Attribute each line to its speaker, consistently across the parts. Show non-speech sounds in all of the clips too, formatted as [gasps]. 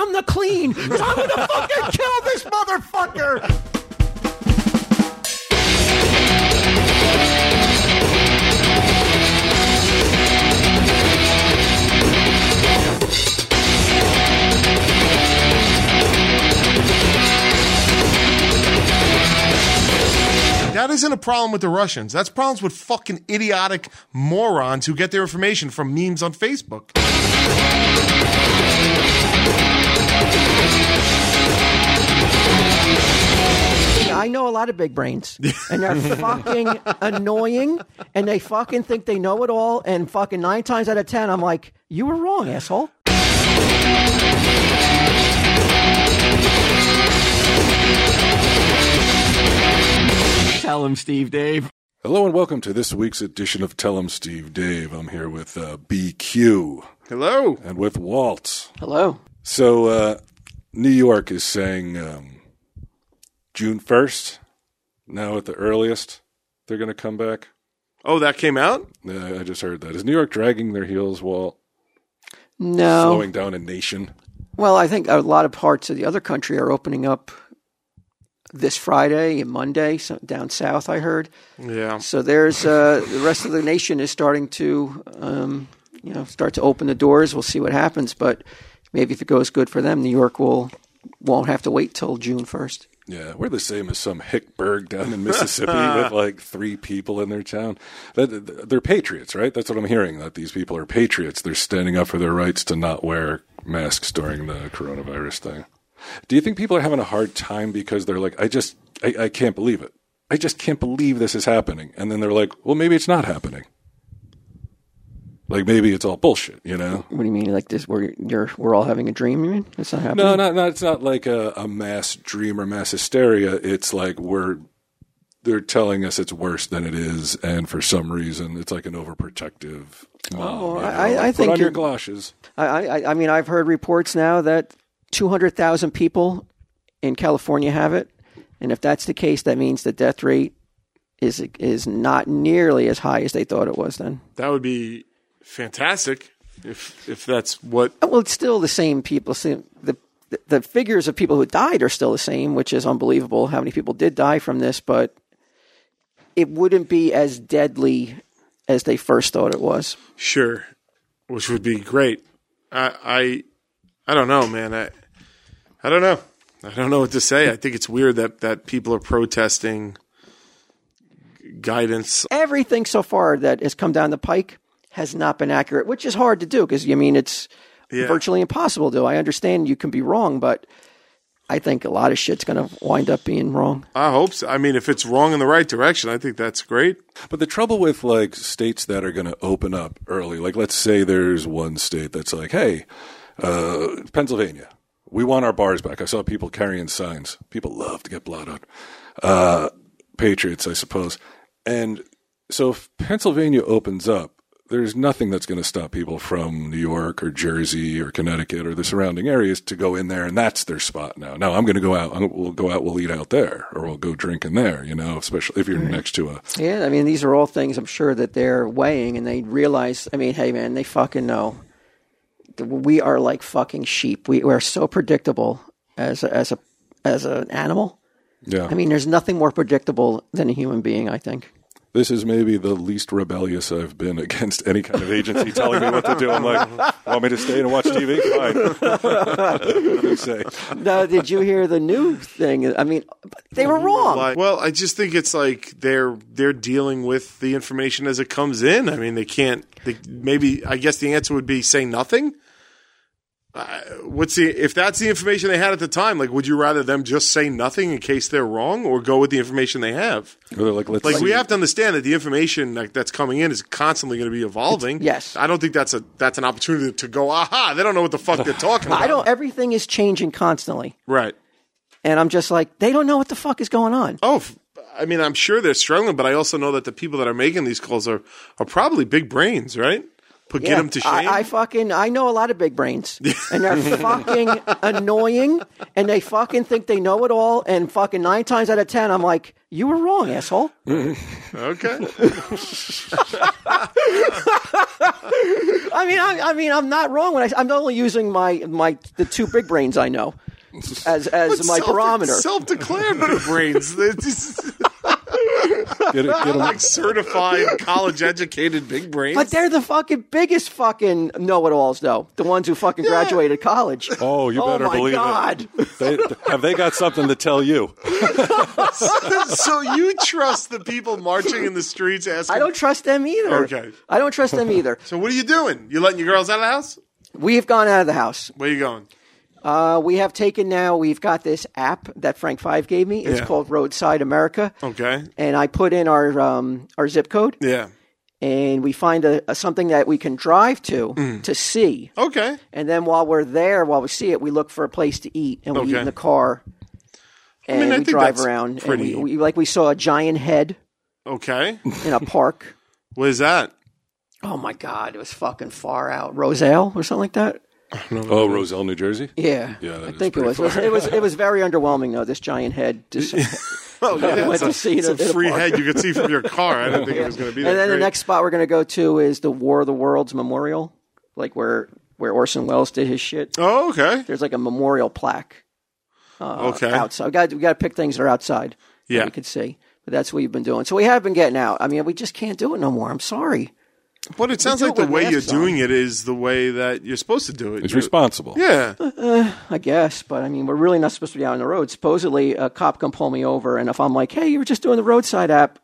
Speaker 1: on the [laughs] clean because I'm going to fucking kill this motherfucker.
Speaker 2: That isn't a problem with the Russians. That's problems with fucking idiotic morons who get their information from memes on Facebook.
Speaker 1: I know a lot of big [laughs] brains, and they're fucking annoying, and they fucking think they know it all. And fucking nine times out of ten, I'm like, you were wrong, asshole.
Speaker 3: Tell him, Steve Dave.
Speaker 4: Hello and welcome to this week's edition of Tell 'em Steve Dave. I'm here with uh, BQ
Speaker 2: Hello.
Speaker 4: and with Walt.
Speaker 1: Hello.
Speaker 4: So uh, New York is saying um, June 1st, now at the earliest, they're going to come back.
Speaker 2: Oh, that came out?
Speaker 4: Uh, I just heard that. Is New York dragging their heels, Walt?
Speaker 1: No.
Speaker 4: Slowing down a nation?
Speaker 1: Well, I think a lot of parts of the other country are opening up this Friday and Monday so down south. I heard.
Speaker 2: Yeah.
Speaker 1: So there's uh, the rest of the nation is starting to, um, you know, start to open the doors. We'll see what happens, but maybe if it goes good for them, New York will won't have to wait till June first.
Speaker 4: Yeah, we're the same as some hickberg down in Mississippi with like three people in their town. That, they're patriots, right? That's what I'm hearing. That these people are patriots. They're standing up for their rights to not wear masks during the coronavirus thing. Do you think people are having a hard time because they're like, I just, I, I can't believe it. I just can't believe this is happening. And then they're like, well, maybe it's not happening. Like maybe it's all bullshit, you know?
Speaker 1: What do you mean? Like this? We're you're, we're all having a dream? You mean that's not happening?
Speaker 4: No, not, not it's not like a, a mass dream or mass hysteria. It's like we're they're telling us it's worse than it is, and for some reason, it's like an overprotective. mom,
Speaker 1: Oh,
Speaker 4: you know,
Speaker 1: I- I- I
Speaker 4: like,
Speaker 1: think
Speaker 4: put on your
Speaker 1: you're-
Speaker 4: galoshes.
Speaker 1: I, I I mean, I've heard reports now that two hundred thousand people in California have it, and if that's the case, that means the death rate is is not nearly as high as they thought it was then.
Speaker 2: That would be fantastic if if that's what
Speaker 1: Uh, Well, it's still the same people. same- The, the the figures of people who died are still the same, which is unbelievable. How many people did die from this? But it wouldn't be as deadly as they first thought it was.
Speaker 2: Sure, which would be great. I I, I don't know, man. I I don't know. I don't know what to say. I think it's weird that that people are protesting guidance.
Speaker 1: Everything so far that has come down the pike has not been accurate, which is hard to do because I mean it's virtually impossible to. do. I understand you can be wrong, but I think a lot of shit's going to wind up being wrong.
Speaker 2: I hope so. I mean, if it's wrong in the right direction, I think that's great.
Speaker 4: But the trouble with like states that are going to open up early, like let's say there's one state that's like, hey, uh, Pennsylvania, we want our bars back. I saw people carrying signs. People love to get blot out. Uh, Patriots, I suppose. And so if Pennsylvania opens up, there's nothing that's going to stop people from New York or Jersey or Connecticut or the surrounding areas to go in there, and that's their spot now. Now I'm going to go out. I'm, we'll go out. We'll eat out there, or we'll go drinking there. You know, especially if you're next to a
Speaker 1: Yeah, I mean, these are all things I'm sure that they're weighing, and they realize. I mean, hey, man, they fucking know. We are like fucking sheep. We, we are so predictable as a, as a as an animal.
Speaker 4: yeah.
Speaker 1: I mean, there's nothing more predictable than a human being. I think.
Speaker 4: this is maybe the least rebellious I've been against any kind of agency telling me what to do. I'm like, want me to stay and watch TV? Fine. You say.
Speaker 1: Now, did you hear the new thing? I mean, they were wrong.
Speaker 2: Like, well, I just think it's like they're they're dealing with the information as it comes in. I mean, they can't. They, maybe I guess the answer would be say nothing. Uh, what's the if that's the information they had at the time? Like, would you rather them just say nothing in case they're wrong, or go with the information they have?
Speaker 4: Or they're like, let's
Speaker 2: Like,
Speaker 4: see.
Speaker 2: we have to understand that the information like, that's coming in is constantly going to be evolving.
Speaker 1: yes.
Speaker 2: I don't think that's a that's an opportunity to go. Aha! They don't know what the fuck they're talking about.
Speaker 1: I don't. Everything is changing constantly,
Speaker 2: Right.
Speaker 1: and I'm just like, they don't know what the fuck is going on.
Speaker 2: Oh, f- I mean, I'm sure they're struggling, but I also know that the people that are making these calls are, are probably big brains, right? But get them to shame.
Speaker 1: I, I fucking I know a lot of big
Speaker 2: [laughs]
Speaker 1: brains, and they're fucking annoying, and they fucking think they know it all. And fucking nine times out of ten, I'm like, You were wrong, asshole. [laughs]
Speaker 2: Okay.
Speaker 1: I mean, I, I mean, I'm not wrong when I, I'm only using my my the two big brains I know as as
Speaker 2: [laughs]
Speaker 1: my barometer.
Speaker 2: Self declared big brains. They're just
Speaker 4: Get it, get
Speaker 2: [laughs]
Speaker 4: 'em-
Speaker 2: like certified college educated big brains.
Speaker 1: but they're the fucking biggest fucking know-it-alls, though. The ones who fucking graduated college.
Speaker 4: Oh, you better
Speaker 1: oh my
Speaker 4: believe
Speaker 1: God.
Speaker 4: it. They, have they got something to tell you?
Speaker 2: [laughs] so you trust the people marching in the streets asking.
Speaker 1: I don't trust them either.
Speaker 2: Okay.
Speaker 1: I don't trust them either.
Speaker 2: so what are you doing? You letting your girls out of the house?
Speaker 1: We've gone out of the house.
Speaker 2: Where you going?
Speaker 1: Uh, we have taken now. We've got this app that Frank Five gave me. It's
Speaker 2: Yeah. Oh.
Speaker 1: called Roadside America.
Speaker 2: Okay.
Speaker 1: And I put in our um, our zip code,
Speaker 2: Yeah.
Speaker 1: and we find a, a something that we can drive to
Speaker 2: Mm.
Speaker 1: to see.
Speaker 2: Okay.
Speaker 1: And then while we're there, while we see it, we look for a place to eat, and we eat
Speaker 2: Okay.
Speaker 1: in the car. And
Speaker 2: mean, I
Speaker 1: we
Speaker 2: think
Speaker 1: drive
Speaker 2: that's
Speaker 1: around. And
Speaker 2: pretty-
Speaker 1: we, we, like we saw a giant head
Speaker 2: Okay.
Speaker 1: in a park.
Speaker 2: [laughs] What
Speaker 1: [laughs]
Speaker 2: is that?
Speaker 1: oh my god, it was fucking far out. Roselle or something like that.
Speaker 4: Oh, Roselle, New Jersey.
Speaker 1: Yeah,
Speaker 4: Yeah, that
Speaker 1: I
Speaker 4: is
Speaker 1: think it
Speaker 4: pretty
Speaker 1: was. It was, it was. It was very underwhelming though. This giant head
Speaker 2: [laughs]
Speaker 1: just.
Speaker 2: Oh, yeah,
Speaker 1: went
Speaker 2: it's
Speaker 1: to
Speaker 2: a,
Speaker 1: see it
Speaker 2: it's a
Speaker 1: at a
Speaker 2: free
Speaker 1: park.
Speaker 2: head you could see from your car. I didn't think it was going to be that
Speaker 1: and then the
Speaker 2: great.
Speaker 1: next spot we're going to go to is the War of the Worlds Memorial, like where where Orson Welles did his shit.
Speaker 2: Oh, okay.
Speaker 1: There's like a memorial plaque Uh,
Speaker 2: okay.
Speaker 1: outside. We got we got to pick things that are outside. that
Speaker 2: Yeah.
Speaker 1: we could see. But that's what you've been doing. So we have been getting out. I mean, we just can't do it no more. I'm sorry.
Speaker 2: But it sounds
Speaker 1: do
Speaker 2: like
Speaker 1: it
Speaker 2: the
Speaker 1: with
Speaker 2: way you're
Speaker 1: masks on.
Speaker 2: doing it is the way that you're supposed to do it.
Speaker 4: It's
Speaker 2: You're-
Speaker 4: responsible.
Speaker 2: yeah.
Speaker 1: I guess, but I mean, we're really not supposed to be out on the road. Supposedly, a cop can pull me over, and if I'm like, "Hey, you were just doing the roadside app,"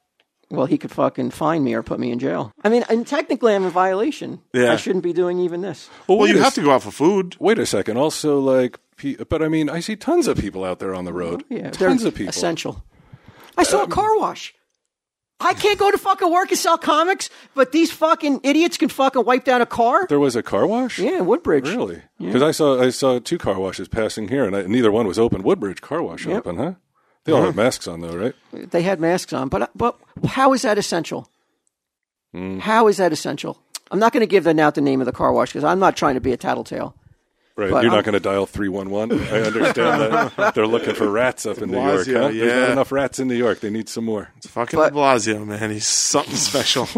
Speaker 1: well, he could fucking fine me or put me in jail. I mean, and technically, I'm in violation.
Speaker 2: Yeah.
Speaker 1: I shouldn't be doing even this.
Speaker 2: Well, you
Speaker 4: wait a
Speaker 2: have to go out for food.
Speaker 4: Wait a second. Also, like, pe- but I mean, I see tons of people out there on the road.
Speaker 1: Oh, Yeah,
Speaker 4: tons
Speaker 1: they're
Speaker 4: of people. Uh,
Speaker 1: Essential. I saw a car wash. I can't go to fucking work and sell comics, but these fucking idiots can fucking wipe down a car.
Speaker 4: There was a car wash.
Speaker 1: Yeah, in Woodbridge.
Speaker 4: Really? Because I saw I saw two car washes passing here, and I, neither one was open. Woodbridge car wash open, huh? They all
Speaker 1: Uh-huh.
Speaker 4: have masks on though, right?
Speaker 1: They had masks on, but uh, but how is that essential?
Speaker 4: Hmm.
Speaker 1: How is that essential? I'm not going to give them out the name of the car wash because I'm not trying to be a tattletale.
Speaker 4: Right.
Speaker 1: But
Speaker 4: You're
Speaker 1: I'm-
Speaker 4: not going to dial three one one. I understand
Speaker 1: [laughs]
Speaker 4: that they're looking for rats up in New York.
Speaker 2: Blasio,
Speaker 4: Huh? There's not
Speaker 2: yeah.
Speaker 4: enough rats in New York. They need some more.
Speaker 2: It's fucking
Speaker 1: But-
Speaker 2: De Blasio, man. He's
Speaker 1: [laughs]
Speaker 2: something special.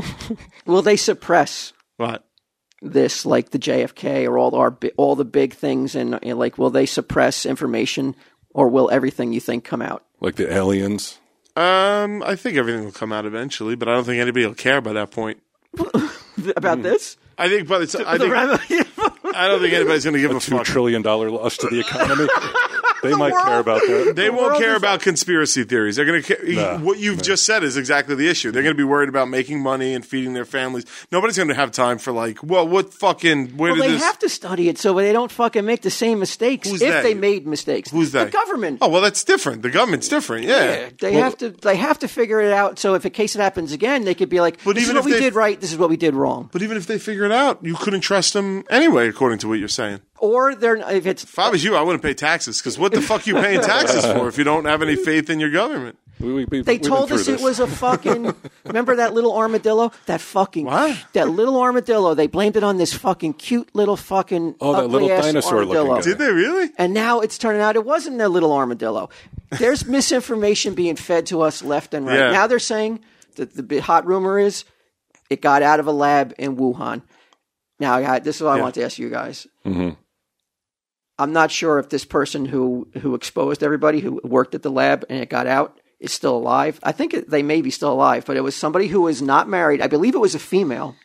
Speaker 1: Will they suppress
Speaker 2: what?
Speaker 1: this, like the JFK or all our bi- all the big things, and you know, like will they suppress information, or will everything you think come out?
Speaker 4: Like the aliens.
Speaker 2: Um, I think everything will come out eventually, but I don't think anybody will care by that point.
Speaker 1: Th- About
Speaker 4: Hmm.
Speaker 1: this, [laughs]
Speaker 2: I think, but it's, I think I don't think anybody's going to give a,
Speaker 4: Two
Speaker 2: fuck.
Speaker 4: trillion dollar loss to
Speaker 1: [laughs]
Speaker 4: the economy. they might care about that.
Speaker 2: They won't
Speaker 1: world
Speaker 2: care
Speaker 1: is-
Speaker 2: about conspiracy theories. They're going to care. What you've just said is exactly the issue. They're going to be worried about making money and feeding their families. Nobody's going to have time for like, well, what fucking? Where
Speaker 1: well,
Speaker 2: did
Speaker 1: they
Speaker 2: this?
Speaker 1: have to study it so they don't fucking make the same mistakes
Speaker 2: Who's
Speaker 1: if
Speaker 2: they?
Speaker 1: they? made mistakes.
Speaker 2: Who's that?
Speaker 1: The government.
Speaker 2: Oh well, that's different. The government's different. Yeah.
Speaker 1: Yeah, they have to. They have to figure it out. So if a case that happens again, they could be like,
Speaker 2: But
Speaker 1: "This
Speaker 2: even
Speaker 1: is what
Speaker 2: if
Speaker 1: we
Speaker 2: they-
Speaker 1: did right. This is what we did wrong."
Speaker 2: But even if they figure it out, you couldn't trust them anyway, according to what you're saying.
Speaker 1: Or they're if it's
Speaker 2: If I was you, I wouldn't pay taxes because what the fuck
Speaker 1: [laughs]
Speaker 2: you paying taxes for if you don't have any faith in your government?
Speaker 4: We, we, we,
Speaker 1: They told us it was a
Speaker 2: [laughs]
Speaker 1: fucking. remember that little armadillo? That fucking.
Speaker 2: What?
Speaker 1: That little armadillo. They blamed it on this fucking cute little fucking.
Speaker 4: Oh, that little
Speaker 1: ugly-ass
Speaker 4: dinosaur-looking
Speaker 1: armadillo.
Speaker 4: guy.
Speaker 2: Did they really?
Speaker 1: And now it's turning out it wasn't their little armadillo. There's misinformation being fed to us left and right.
Speaker 2: Yeah.
Speaker 1: Now they're saying that the bi- hot rumor is it got out of a lab in Wuhan. Now, I- this is what I want to ask you guys. I'm not sure if this person who who exposed everybody who worked at the lab and it got out is still alive. I think it, they may be still alive, but it was somebody who was not married. I believe it was a female,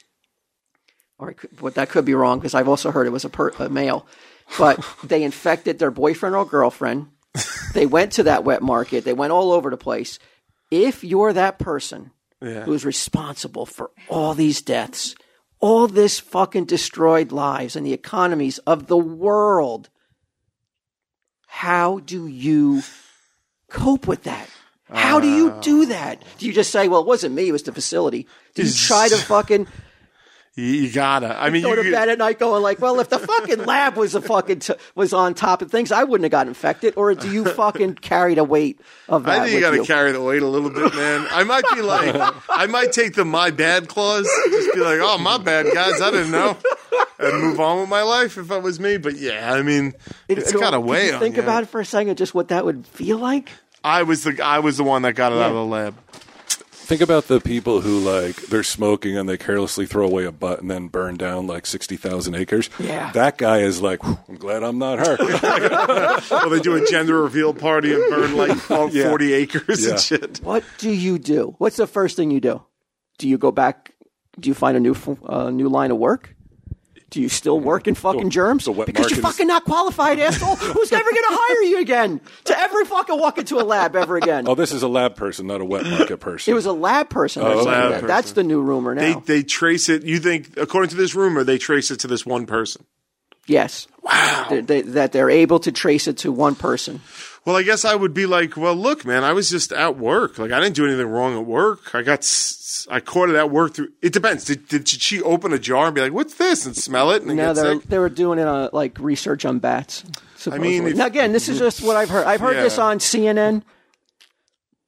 Speaker 1: or it could, but that could be wrong because I've also heard it was a, per, a male. But they infected their boyfriend or girlfriend. they went to that wet market. They went all over the place. If you're that person who's responsible for all these deaths, all this fucking destroyed lives and the economies of the world. How do you cope with that? How do you do that? Do you just say, "Well, it wasn't me; it was the facility"? Do you
Speaker 2: Is-
Speaker 1: try to fucking
Speaker 2: You, you gotta. I mean,
Speaker 1: go
Speaker 2: you,
Speaker 1: to
Speaker 2: could-
Speaker 1: bed at night going like, "Well, if the fucking lab was a fucking t- was on top of things, I wouldn't have got infected"? Or do you fucking carry the weight of that?
Speaker 2: I think you
Speaker 1: with
Speaker 2: got to carry the weight a little bit, man. I might be like, I might take the my bad clause, just be like, oh, my bad, guys, I didn't know, and move on with my life if it was me. But yeah, I mean,
Speaker 1: It-
Speaker 2: it's
Speaker 1: it-
Speaker 2: got a
Speaker 1: did
Speaker 2: way
Speaker 1: you
Speaker 2: on
Speaker 1: Think
Speaker 2: you.
Speaker 1: about it for a second, just what that would feel like.
Speaker 2: I was the I was the one that got it out of the lab.
Speaker 4: Think about the people who like they're smoking and they carelessly throw away a butt and then burn down like sixty thousand acres.
Speaker 1: Yeah.
Speaker 4: that guy is like, "Whew, I'm glad I'm not
Speaker 1: [laughs]
Speaker 4: her.
Speaker 2: Well, they do a gender reveal party and burn
Speaker 4: [laughs]
Speaker 2: like all
Speaker 4: Yeah.
Speaker 2: forty acres
Speaker 4: Yeah.
Speaker 2: and shit.
Speaker 1: What do you do? What's the first thing you do? Do you go back? Do you find a new f- uh, new line of work? Do you still work in fucking germs?
Speaker 4: the wet
Speaker 1: because you're
Speaker 4: market is-
Speaker 1: fucking not qualified, asshole. Who's never going to hire you again to ever fucking walk into a lab ever again?
Speaker 4: oh, this is a lab person, not
Speaker 2: [coughs]
Speaker 4: a wet market person.
Speaker 1: It was a lab person. or something
Speaker 2: Oh, lab
Speaker 1: like that.
Speaker 2: person.
Speaker 1: That's the new rumor now.
Speaker 2: They they trace it. You think according to this rumor, they trace it to this one person.
Speaker 1: yes. Wow. they, that they're able to trace it to one person.
Speaker 2: Well, I guess I would be like, well, look, man, I was just at work. Like, I didn't do anything wrong at work. I got, s- s- I caught it at work through. It depends. Did, did she open a jar and be like, what's this? And smell it and
Speaker 1: Now
Speaker 2: get
Speaker 1: they're
Speaker 2: sick?
Speaker 1: they were doing it on, like research on bats. Supposedly.
Speaker 2: if-
Speaker 1: now again, this is just what I've heard. I've heard this
Speaker 2: Yeah.
Speaker 1: on CNN.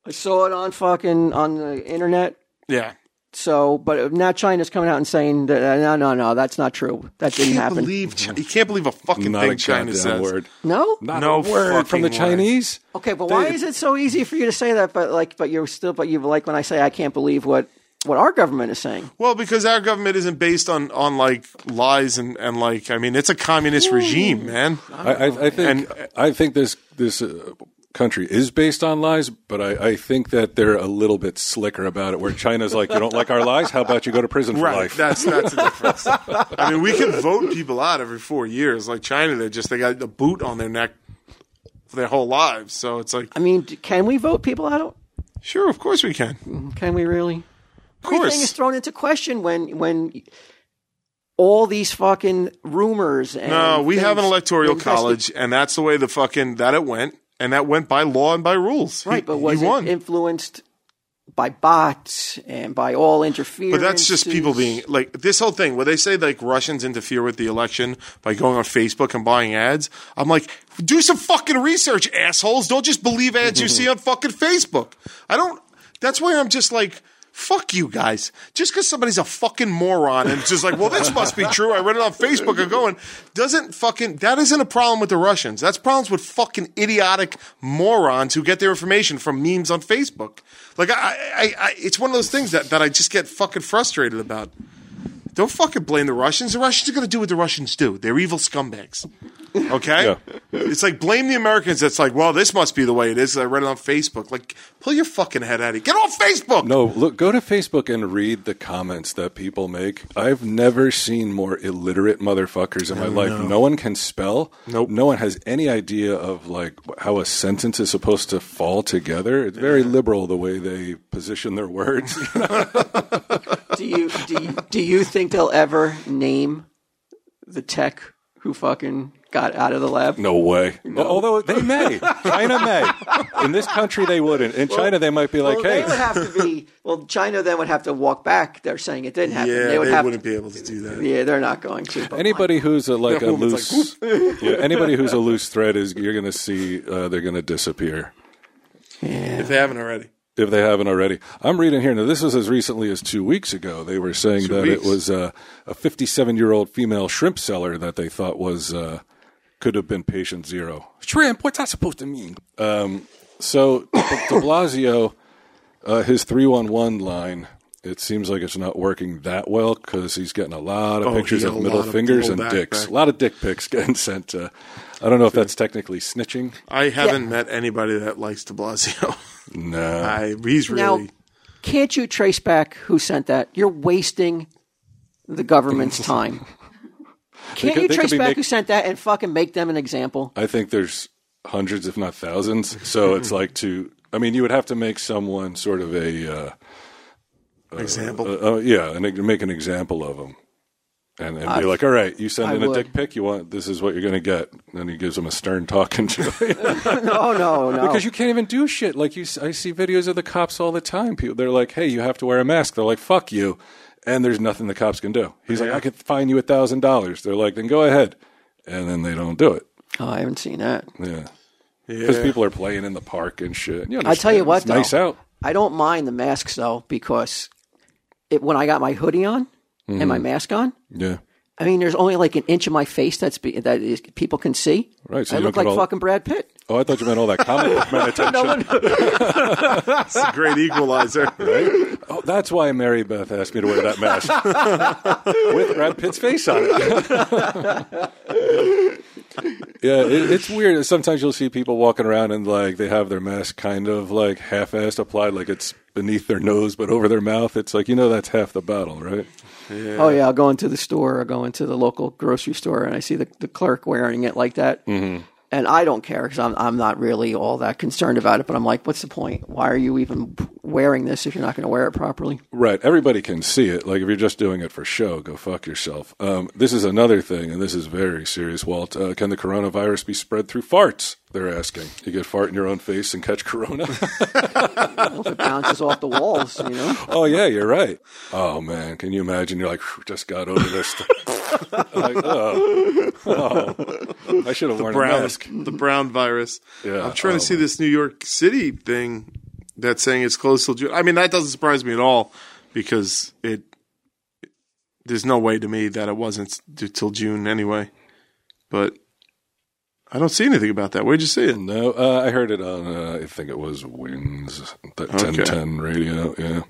Speaker 1: I saw it on fucking on the internet.
Speaker 2: Yeah.
Speaker 1: So, but now China's coming out and saying that uh, no, no, no, that's not true. That didn't
Speaker 2: Can't
Speaker 1: happen.
Speaker 2: believe, Chi- you can't believe a fucking
Speaker 4: not
Speaker 2: thing
Speaker 4: a
Speaker 2: China
Speaker 4: China
Speaker 2: says.
Speaker 4: word.
Speaker 1: no.
Speaker 4: Not
Speaker 2: No
Speaker 4: a word from the
Speaker 2: fucking word.
Speaker 4: Chinese.
Speaker 1: Okay, but why
Speaker 4: They-
Speaker 1: is it so easy for you to say that? But like, but you're still, but you like when I say I can't believe what what our government is saying.
Speaker 2: Well, because our government isn't based on, on like lies and, and like, I mean, it's a communist regime, man.
Speaker 4: I, I, I think I think this this uh, country is based on lies, but I, I think that they're a little bit slicker about it. Where China's like, you don't like our lies? How about you go to prison for
Speaker 2: Right.
Speaker 4: life?
Speaker 2: That's that's the
Speaker 1: [laughs]
Speaker 2: difference. I mean, we can vote people out every four years. Like China, they just they got the boot on their neck for their whole lives. So it's like,
Speaker 1: I mean, d- can we vote people out?
Speaker 2: sure, of course we can.
Speaker 1: Can we really?
Speaker 2: Of
Speaker 1: Everything is
Speaker 2: course.
Speaker 1: thrown into question when when all these fucking rumors. And
Speaker 2: No, Uh, we have an
Speaker 1: things-
Speaker 2: electoral
Speaker 1: invested-
Speaker 2: college, and that's the way the fucking that it went, and that went by law and by rules. He-
Speaker 1: right? But was
Speaker 2: he won.
Speaker 1: it influenced by bots and by all interference?
Speaker 2: but that's just people being like this whole thing where they say like Russians interfere with the election by going on Facebook and buying ads. I'm like, do some fucking research, assholes. Don't just believe ads you see on fucking Facebook. I don't. That's why I'm just like. Fuck you guys. Just because somebody's a fucking moron and just like, well, this must be true. I read it on Facebook and going, doesn't fucking, that isn't a problem with the Russians. That's problems with fucking idiotic morons who get their information from memes on Facebook. Like, I, I, I it's one of those things that, that I just get fucking frustrated about. Don't fucking blame the Russians. The Russians are going to do what the Russians do. They're evil scumbags. Okay? It's like blame the Americans. That's like, well, this must be the way it is. I read it on Facebook. Like, pull your fucking head out of it. Get off Facebook.
Speaker 4: No, look, go to Facebook and read the comments that people make. I've never seen more illiterate motherfuckers in my life. No one can spell. Nope. No one has any idea of like how a sentence is supposed to fall together. It's very liberal the way they position their words. [laughs]
Speaker 1: do you do you, do you think they'll ever name the tech who fucking got out of the lab?
Speaker 4: No way. Although they may. China may. In this country, they wouldn't. In China, they might be like,
Speaker 1: well, they would
Speaker 4: hey,
Speaker 1: have to be. Well, China then would have to walk back. They're saying it didn't happen.
Speaker 2: Yeah,
Speaker 1: they would
Speaker 2: they
Speaker 1: have.
Speaker 2: wouldn't be able to do that.
Speaker 1: to, yeah, they're not going to. but
Speaker 4: anybody who's a, like
Speaker 2: That
Speaker 4: a
Speaker 2: woman's
Speaker 4: loose, [laughs] yeah, anybody who's a loose thread is you're going to see uh, they're going to disappear
Speaker 2: If they haven't already.
Speaker 4: if they haven't already. I'm reading here now. This was as recently as two weeks ago. They were saying that
Speaker 2: weeks.
Speaker 4: it was uh, a 57 year old female shrimp seller that they thought was uh, could have been patient zero. Shrimp? What's that supposed to mean? Um, so De De Blasio. uh, his 311 line it seems like it's not working that well because he's getting a lot of
Speaker 2: he
Speaker 4: pictures
Speaker 2: got
Speaker 4: of
Speaker 2: a
Speaker 4: middle
Speaker 2: lot of
Speaker 4: fingers and
Speaker 2: blowback
Speaker 4: dicks
Speaker 2: back.
Speaker 4: a lot of dick pics [laughs] getting sent to, i don't know if that's technically snitching
Speaker 2: I haven't met anybody that likes de Blasio.
Speaker 4: [laughs]
Speaker 2: [laughs]
Speaker 4: no
Speaker 2: I, he's
Speaker 1: Now,
Speaker 2: really.
Speaker 1: can't you trace back who sent that? You're wasting the
Speaker 4: [laughs]
Speaker 1: government's time. Can't
Speaker 4: could-
Speaker 1: you
Speaker 4: they could
Speaker 1: trace
Speaker 4: be
Speaker 1: back
Speaker 4: make-
Speaker 1: who sent that and fucking make them an
Speaker 4: [laughs]
Speaker 1: example?
Speaker 4: i think there's hundreds if not thousands [laughs] so it's like to i mean you would have to make someone sort of a uh,
Speaker 2: example.
Speaker 4: uh, uh, yeah and make an example of him and, and be like, all right, you send
Speaker 1: I
Speaker 4: in a
Speaker 1: would.
Speaker 4: dick pic. You want this is what you're going to get. And then he gives him a stern talking [laughs] to.
Speaker 1: No, no, no.
Speaker 4: Because you can't even do shit. Like you, s- I see videos of the cops all the time. People, they're like, "Hey, you have to wear a mask." They're like, "Fuck you," and there's nothing the cops can do. He's like, "I could fine you a thousand dollars." They're like, "Then go ahead," and then they don't do it.
Speaker 1: oh, I haven't seen that.
Speaker 4: Yeah, because
Speaker 2: yeah.
Speaker 4: people are playing in the park and shit. You
Speaker 1: I tell you
Speaker 4: understand.
Speaker 1: what,
Speaker 4: It's nice
Speaker 1: though.
Speaker 4: out.
Speaker 1: I don't mind the
Speaker 4: Mm-hmm.
Speaker 1: masks though because it, when I got my hoodie on and my mask on,
Speaker 4: Yeah,
Speaker 1: I mean, there's only like an inch of my face that's be, that is, people can see.
Speaker 4: Right, so
Speaker 1: I
Speaker 4: you
Speaker 1: look like
Speaker 4: don't get all-
Speaker 1: fucking Brad Pitt.
Speaker 4: Oh, I thought you meant all that
Speaker 1: [laughs]
Speaker 4: comic book meditation.
Speaker 2: It's a great
Speaker 4: [laughs]
Speaker 2: equalizer.
Speaker 4: Oh, that's why Mary Beth asked me to wear that mask [laughs] with Brad Pitt's face on it. [laughs] yeah, it, it's weird. Sometimes you'll see people walking around and like they have their mask kind of like half-assed applied, like it's beneath their nose but over their mouth. It's like you know that's half the battle, right?
Speaker 1: Oh yeah, I'll go into the store. I'll go into the local grocery store, and I see the, the clerk wearing it like that. Mm-hmm. And I don't care because I'm I'm not really all that concerned about it. But I'm like, what's the point? Why are you even wearing this if you're not going to wear it properly?
Speaker 4: Right. Everybody can see it. Like if you're just doing it for show, go fuck yourself. Um, this is another thing, and this is very serious, Walt. Uh, can the coronavirus be spread through farts? They're asking. You get fart in your own face and
Speaker 2: [laughs]
Speaker 4: catch corona. [laughs]
Speaker 1: Well, if it bounces off the walls, you know.
Speaker 4: oh yeah, you're right. Oh man, can you imagine? You're like "Phew, just got
Speaker 2: [laughs]
Speaker 4: over this. like, oh, oh. I should have worn a
Speaker 2: brown
Speaker 4: mask.
Speaker 2: the brown virus.
Speaker 4: Yeah,
Speaker 2: I'm trying
Speaker 4: oh.
Speaker 2: to see this New York City thing that's saying it's closed till June. I mean, that doesn't surprise me at all because it there's no way to me that it wasn't due till June anyway. But I don't see anything about that. Where'd you see it?
Speaker 4: No, uh, I heard it on. Uh, I think it was Wins that ten ten radio. Yeah,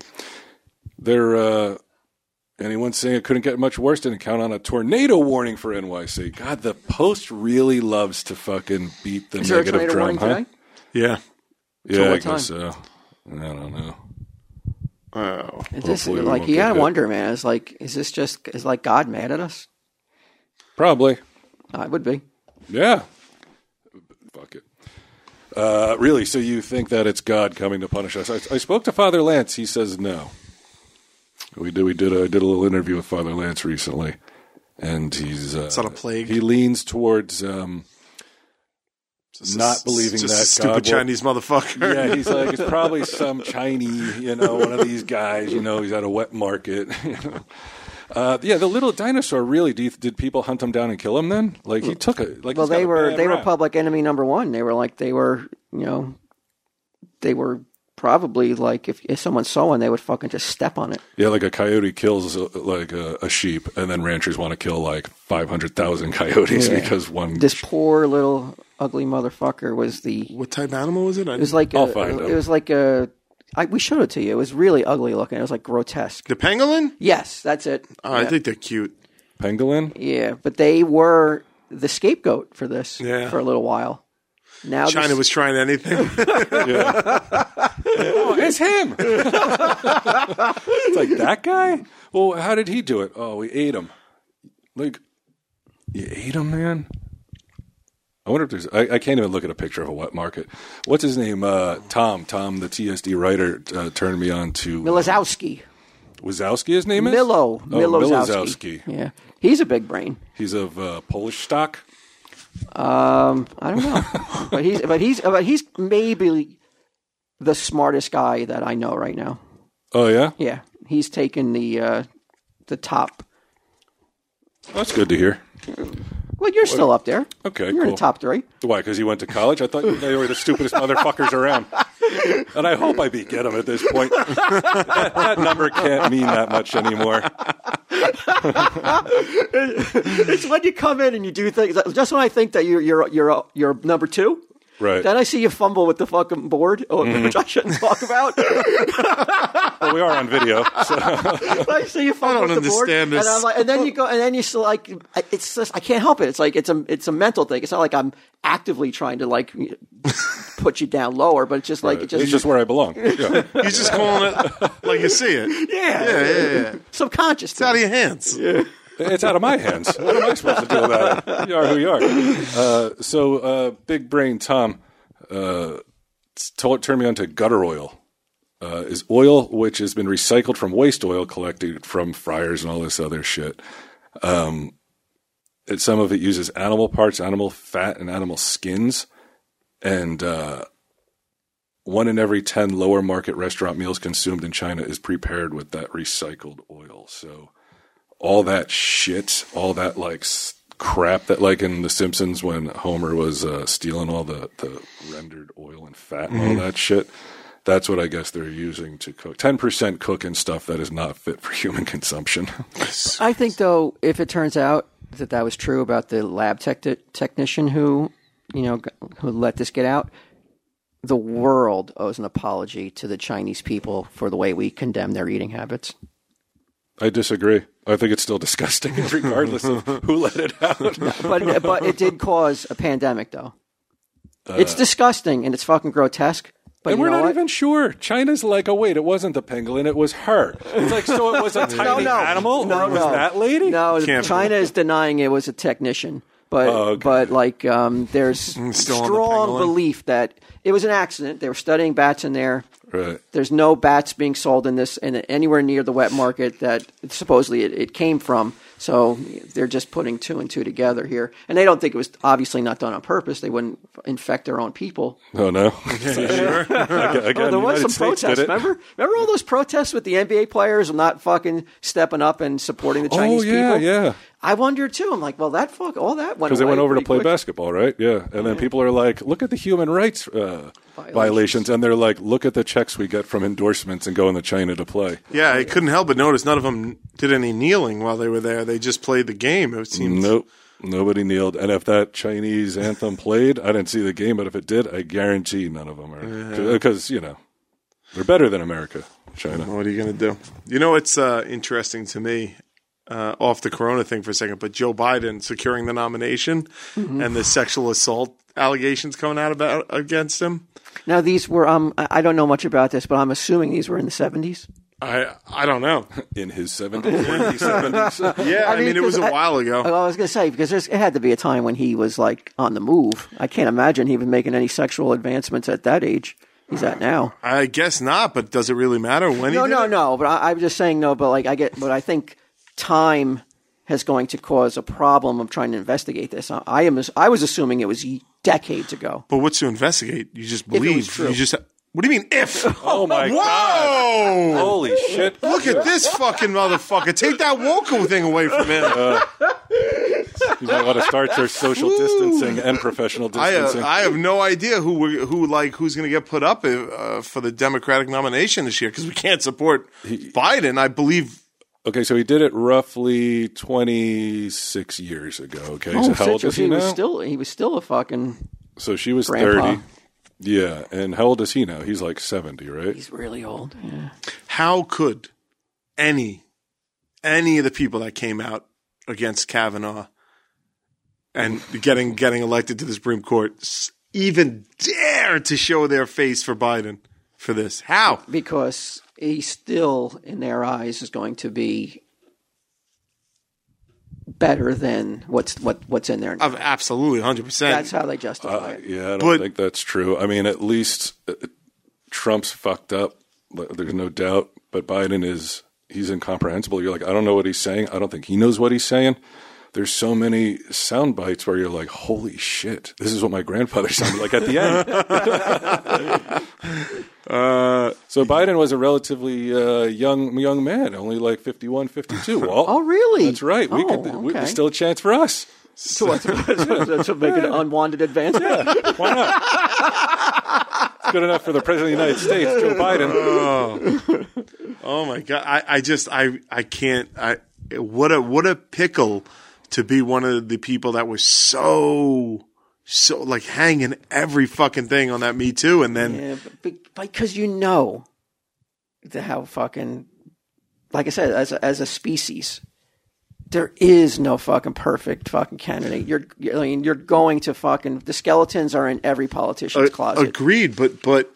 Speaker 4: they're. Uh, anyone saying it couldn't get much worse didn't count on a tornado warning for NYC. God, the Post really loves to fucking beat the
Speaker 1: Is there a
Speaker 4: [laughs] negative
Speaker 1: tornado
Speaker 4: drum,
Speaker 1: warning
Speaker 4: huh?
Speaker 1: today?
Speaker 2: Yeah.
Speaker 4: Yeah, I
Speaker 1: what
Speaker 4: guess so. I don't know.
Speaker 2: Oh.
Speaker 1: Is this
Speaker 4: Hopefully we
Speaker 1: like
Speaker 4: won't
Speaker 1: you
Speaker 4: get
Speaker 1: gotta
Speaker 4: hit.
Speaker 1: wonder, man? It's like, is this just is like God mad at us?
Speaker 4: Probably.
Speaker 1: I would be.
Speaker 4: Yeah. Fuck it. Uh, really? So you think that it's God coming to punish us? I, I spoke to Father Lance. He says no. We did. We did. I did a little interview with Father Lance recently, and he's uh, it's
Speaker 2: not a plague.
Speaker 4: He leans towards um, not believing
Speaker 2: Just
Speaker 4: that
Speaker 2: a stupid
Speaker 4: God will-
Speaker 2: Chinese motherfucker.
Speaker 4: [laughs] yeah, he's like,
Speaker 1: [laughs]
Speaker 4: it's probably some Chinese, you know, one of these guys, you know, he's at a wet market. [laughs] you know. uh, yeah, the little dinosaur really did, did people hunt him down and kill him then? Like he took it. Like
Speaker 1: Well,
Speaker 4: he's got
Speaker 1: they
Speaker 4: a
Speaker 1: were
Speaker 4: bad
Speaker 1: they were
Speaker 4: rap.
Speaker 1: public enemy number one. They were like they were you know they were probably like if, if someone saw one, they would fucking just step on it.
Speaker 4: Yeah, like a coyote kills uh, like a, a sheep, and then ranchers want to kill like five hundred thousand coyotes
Speaker 1: Yeah.
Speaker 4: because one.
Speaker 1: This poor little ugly motherfucker was the
Speaker 2: What type of animal was it? I,
Speaker 1: it was like
Speaker 4: I'll
Speaker 1: a,
Speaker 4: find
Speaker 1: it
Speaker 4: him.
Speaker 1: was like a I, we showed it to you. It was really ugly looking. It was like grotesque.
Speaker 2: the pangolin?
Speaker 1: Yes, that's it.
Speaker 2: Oh, I think they're cute.
Speaker 4: pangolin.
Speaker 1: Yeah, but they were the scapegoat for this
Speaker 2: Yeah.
Speaker 1: for a little while. Now this-
Speaker 2: China was trying anything. [laughs]
Speaker 4: Oh, it's him. it's like that guy. Well, how did he do it? Oh, we ate him. Like you ate him, man. I wonder if there's. I, I can't even look at a picture of a wet market. What's his name? Uh, Tom. Tom, the TSD writer, uh, turned me on to
Speaker 1: Milozowski.
Speaker 4: Wazowski. His name is
Speaker 1: Milo
Speaker 4: Oh,
Speaker 1: Milozowski.
Speaker 4: Milozowski.
Speaker 1: Yeah, he's a big brain.
Speaker 4: He's of uh, Polish stock.
Speaker 1: I don't
Speaker 4: [laughs]
Speaker 1: know, but he's but he's but he's maybe the smartest guy that I know right now.
Speaker 4: Oh yeah.
Speaker 1: Yeah, he's taken the uh, the top.
Speaker 4: That's good to hear.
Speaker 1: Well, you're still up there.
Speaker 4: Okay,
Speaker 1: you're in
Speaker 4: cool.
Speaker 1: the top three.
Speaker 4: Why? Because he went to college? I thought they were the stupidest motherfuckers around. And I hope I beat get him at this point. that, that number can't mean that much anymore.
Speaker 1: It's when you come in and you do things. Just when I think that you're you're you're uh, you're number two.
Speaker 4: Right.
Speaker 1: Then I see you fumble with the fucking board, oh, which I shouldn't talk about. [laughs]
Speaker 4: But we are on video. So.
Speaker 1: I see you fumble
Speaker 2: I don't
Speaker 1: with the board, and
Speaker 2: understand this.
Speaker 1: I'm like, and then you go, and then you s- like, I- it's just, I can't help it. It's like it's a it's a mental thing. It's not like I'm actively trying to like put you down lower, but it's just like it just,
Speaker 4: It's just where I belong. Yeah.
Speaker 2: He's just calling it like you see it.
Speaker 1: yeah,
Speaker 2: Yeah, yeah, yeah.
Speaker 1: [laughs] subconscious.
Speaker 2: It's out of your hands.
Speaker 4: It's out of my hands. What am I supposed to do about it? You are who you are. Uh, so, uh, Big Brain Tom uh, t- turned me on to gutter oil. uh, is oil which has been recycled from waste oil collected from fryers and all this other shit. Um, and some of it uses animal parts, animal fat, and animal skins. And uh, one in every 10 lower market restaurant meals consumed in China is prepared with that recycled oil. So all that shit, all that like s- crap that like in The Simpsons
Speaker 1: Mm-hmm.
Speaker 4: when Homer was uh, stealing all the, the rendered oil and fat and all that shit That's what I guess they're using to cook. 10% cook and stuff that is not fit for human consumption. [laughs]
Speaker 1: I think though, if it turns out that that was true about the lab tech technician who, you know, g- who let this get out, the world owes an apology to the Chinese people for the way we condemn their eating habits.
Speaker 4: I disagree. I think it's still disgusting, [laughs] regardless of who let it
Speaker 1: [laughs]
Speaker 4: out. [laughs]
Speaker 1: But but it did cause a pandemic though. it's disgusting and it's fucking grotesque. But
Speaker 4: Uh. And
Speaker 1: you
Speaker 4: we're
Speaker 1: know
Speaker 4: not
Speaker 1: what?
Speaker 4: even sure. China's like, oh wait, it wasn't the pangolin, it was her. It's like, so it was a
Speaker 1: [laughs]
Speaker 4: tiny
Speaker 1: no, no
Speaker 4: animal,
Speaker 1: No,
Speaker 4: or it was
Speaker 1: no.
Speaker 4: that lady?
Speaker 1: No,
Speaker 2: Can't
Speaker 1: China is denying it was a technician. But
Speaker 4: Oh, okay.
Speaker 1: but like um,
Speaker 4: [laughs]
Speaker 1: there's
Speaker 2: still on the
Speaker 1: strong
Speaker 2: pangolin.
Speaker 1: belief that it was an accident. They were studying bats in there.
Speaker 4: Right.
Speaker 1: There's no bats being sold in this in anywhere near the wet market that supposedly it, it came from. So they're just putting two and two together here, and they don't think it was obviously not done on purpose. They wouldn't infect their own people.
Speaker 4: Oh no. Sure. [laughs] Again,
Speaker 1: Oh, there
Speaker 4: the
Speaker 1: was
Speaker 4: United
Speaker 1: some
Speaker 4: States did
Speaker 1: protests.
Speaker 4: it.
Speaker 1: Remember, remember all those protests with the NBA players not fucking stepping up and supporting the Chinese
Speaker 4: Oh, yeah,
Speaker 1: people.
Speaker 4: yeah.
Speaker 1: I wonder too. I'm like, well, that fuck, all that went
Speaker 4: Because they
Speaker 1: away
Speaker 4: went over to
Speaker 1: pretty
Speaker 4: play
Speaker 1: quick.
Speaker 4: basketball, right? Yeah. And then people are like, look at the human rights uh, violations. And they're like, look at the checks we get from endorsements and going to China to play.
Speaker 2: Yeah, I couldn't help but notice none of them did any kneeling while they were there. They just played the game. It seemed
Speaker 4: Nope. Nobody kneeled. And if that Chinese anthem played, I didn't see the game, but if it did, I guarantee none of them are. Because, you know, they're better than America, China.
Speaker 2: What are you going to do? You know, it's uh, interesting to me, uh, off the corona thing for a second, but Joe Biden securing the nomination
Speaker 1: Mm-hmm.
Speaker 2: and the sexual assault allegations coming out about against him.
Speaker 1: Now these were um, I I don't know much about this, but I'm assuming these were in the 70s.
Speaker 2: I I don't know.
Speaker 4: In his 70s, 70s.
Speaker 2: Yeah, I,
Speaker 1: mean,
Speaker 2: mean, it was a
Speaker 1: 'cause I-
Speaker 2: while
Speaker 4: Oh.
Speaker 2: ago.
Speaker 1: Well, I was gonna say because there's, it had to be a time when he was like on the move. I can't imagine he was making any sexual advancements at that age. He's at now.
Speaker 2: I guess not, but does it really matter when
Speaker 1: No,
Speaker 2: he did
Speaker 1: no,
Speaker 2: it?
Speaker 1: no. But I, I'm just saying no. But like I get, but I think time has going to cause a problem of trying to investigate this. I, I am. I was assuming it was decades ago.
Speaker 2: But what's to investigate? You just
Speaker 1: was
Speaker 2: believe.
Speaker 1: true.
Speaker 2: You just. What do you mean
Speaker 1: [laughs]
Speaker 2: if?
Speaker 4: [laughs] Oh my God.
Speaker 2: Whoa!
Speaker 4: Holy shit.
Speaker 2: Look at this fucking motherfucker. Take that Woko thing away from him.
Speaker 4: You might want to start your social distancing and professional
Speaker 2: I, uh,
Speaker 4: distancing.
Speaker 2: I have no idea who we're, who like who's going to get put up uh, for the Democratic nomination this year because we can't support Biden. I believe
Speaker 4: okay, so he did it roughly 26 years ago. Okay, so how old
Speaker 1: Citrus,
Speaker 4: is he
Speaker 1: he Oh, was
Speaker 4: now?
Speaker 1: still. He was still a fucking.
Speaker 4: so she was
Speaker 1: Grandpa.
Speaker 4: 30. Yeah, and how old is he now? He's like 70, right?
Speaker 1: He's really old. Yeah.
Speaker 2: how could any any of the people that came out against Kavanaugh and getting getting elected to the Supreme Court s- even dare to show their face for Biden for this? How?
Speaker 1: because he still, in their eyes, is going to be better than what's what what's in there. now.
Speaker 2: I've absolutely 100%.
Speaker 1: That's how they justify
Speaker 4: [laughs]
Speaker 1: it.
Speaker 4: Yeah, I don't
Speaker 2: But-
Speaker 4: think that's true. I mean, at least uh, Trump's fucked up. Like, There's no doubt. But Biden is, he's incomprehensible. You're like, I don't know what he's saying. I don't think he knows what he's saying. There's so many sound bites where you're like, holy shit, this is what my grandfather [laughs] sounded like at the end.
Speaker 1: [laughs] Uh,
Speaker 4: so Biden was a relatively uh, young young man, only like 51,
Speaker 1: [laughs]
Speaker 4: 52. Walt.
Speaker 1: Oh, really?
Speaker 4: That's right. We
Speaker 1: Oh,
Speaker 4: could, we,
Speaker 1: okay.
Speaker 4: there's still a chance for us.
Speaker 1: So what's, that's what make an unwanted advancement.
Speaker 4: Why not? it's good enough for the president of the United States, Joe
Speaker 1: [laughs]
Speaker 4: Biden.
Speaker 2: Oh my god! I, I just I I can't. I what a what a pickle to be one of the people that was so so like hanging every fucking thing on that Me Too, and then
Speaker 1: Yeah, but, but because you know the, how fucking, like I said, as a, as a species, there is no fucking perfect fucking candidate. You're, I mean, you're going to fucking the skeletons are in every politician's
Speaker 2: Uh,
Speaker 1: closet.
Speaker 2: agreed. But but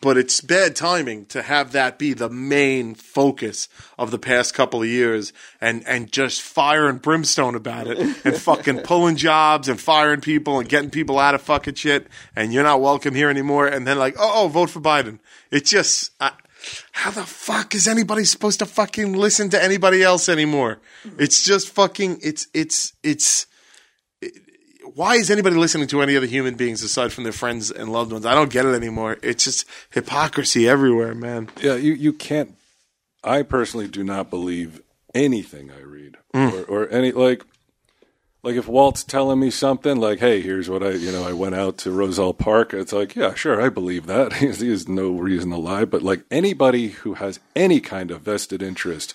Speaker 2: but it's bad timing to have that be the main focus of the past couple of years, and and just fire and brimstone about it, and fucking pulling jobs and firing people and getting people out of fucking shit, and you're not welcome here anymore. And then like, oh, oh vote for Biden. It's just. I, how the fuck is anybody supposed to fucking listen to anybody else anymore? It's just fucking it's it's it's why is anybody listening to any other human beings aside from their friends and loved ones? I don't get it anymore. It's just hypocrisy everywhere, man.
Speaker 4: Yeah, you, you can't. I personally do not believe anything I read or, or any like. Like if Walt's telling me something, like, "Hey, here's what I, you know, I went out to Roselle Park." It's like, yeah, sure, I believe that. [laughs] he has no reason to lie. But like anybody who has any kind of vested interest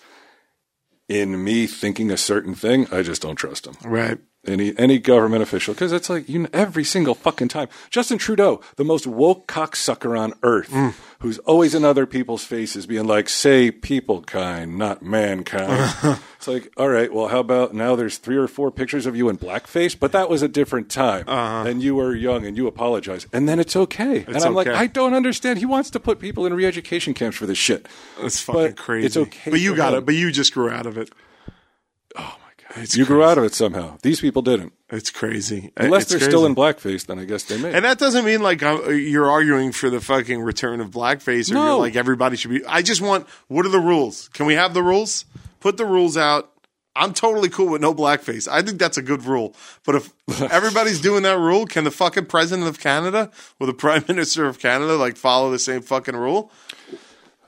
Speaker 4: in me thinking a certain thing, I just don't trust him
Speaker 2: Right.
Speaker 4: any any government official because it's like you know, every single fucking time Justin Trudeau, the most woke cocksucker on earth,
Speaker 2: Mm.
Speaker 4: who's always in other people's faces, being like, "Say people kind,
Speaker 2: [laughs]
Speaker 4: not mankind." it's like, all right, well, how about now? There's three or four pictures of you in blackface, but that was a different time,
Speaker 2: Uh-huh.
Speaker 4: and you were young, and you apologize, and then it's okay. and I'm like,
Speaker 2: okay.
Speaker 4: I don't understand. He wants to put people in re-education camps for this shit.
Speaker 2: That's fucking
Speaker 4: But
Speaker 2: crazy.
Speaker 4: it's okay
Speaker 2: But you
Speaker 4: for
Speaker 2: got
Speaker 4: him.
Speaker 2: it. But you just grew out of it.
Speaker 4: you grew out of it somehow. These people didn't,
Speaker 2: It's crazy.
Speaker 4: unless
Speaker 2: It's
Speaker 4: they're still
Speaker 2: crazy.
Speaker 4: in blackface. Then I guess they may.
Speaker 2: [laughs] And that doesn't mean like uh, you're arguing for the fucking return of blackface or you're
Speaker 4: No.
Speaker 2: like everybody should be. I just want what are the rules? Can we have the rules? Put the rules out. I'm totally cool with no blackface. I think that's a good rule. But if everybody's doing that rule, can the fucking president of Canada or the [laughs] prime minister of Canada like follow the same fucking rule?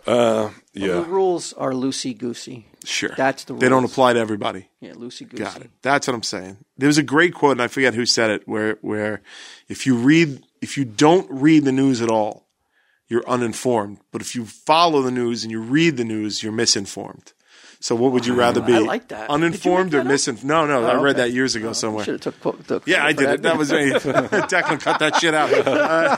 Speaker 4: yeah.
Speaker 1: The rules are loosey goosey.
Speaker 2: Sure.
Speaker 1: That's the
Speaker 2: They don't
Speaker 1: rules.
Speaker 2: apply to everybody.
Speaker 1: Yeah, loosey goosey.
Speaker 2: Got it. That's what I'm saying. There was a great quote, and I forget who said it, where where if you read if you don't read the news at all, you're uninformed. But if you follow the news and you read the news, you're misinformed. So what would you rather be?
Speaker 1: Oh, I like that.
Speaker 2: Uninformed
Speaker 1: Did you
Speaker 2: or
Speaker 1: make that Oh,
Speaker 2: misinformed? No, no, I read
Speaker 1: okay.
Speaker 2: that years ago somewhere.
Speaker 1: Should have took, po- took
Speaker 2: Yeah, I
Speaker 1: for
Speaker 2: did it. That
Speaker 1: [laughs]
Speaker 2: was me. [laughs] Declan, cut that shit out. Uh,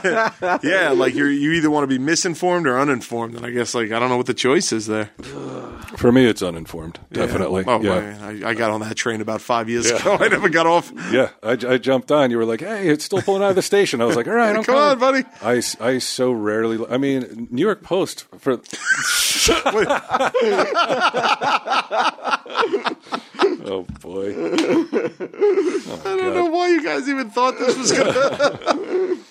Speaker 2: yeah, like you you either want to be misinformed or uninformed, and I guess like I don't know what the choice is there.
Speaker 4: For me, it's uninformed. Definitely.
Speaker 2: Oh,
Speaker 4: yeah.
Speaker 2: I, I got on that train about five years ago. [laughs] I never got off.
Speaker 4: Yeah. I, I jumped on. You were like, hey, it's still pulling out of the station. I was like, all
Speaker 2: [laughs]
Speaker 4: right, I'm
Speaker 2: Come on,
Speaker 4: coming."
Speaker 2: buddy.
Speaker 4: I, s- I so rarely. I mean, New York Post for. [laughs] oh, boy.
Speaker 2: I don't know why you guys even thought this was
Speaker 4: [laughs]
Speaker 2: gonna.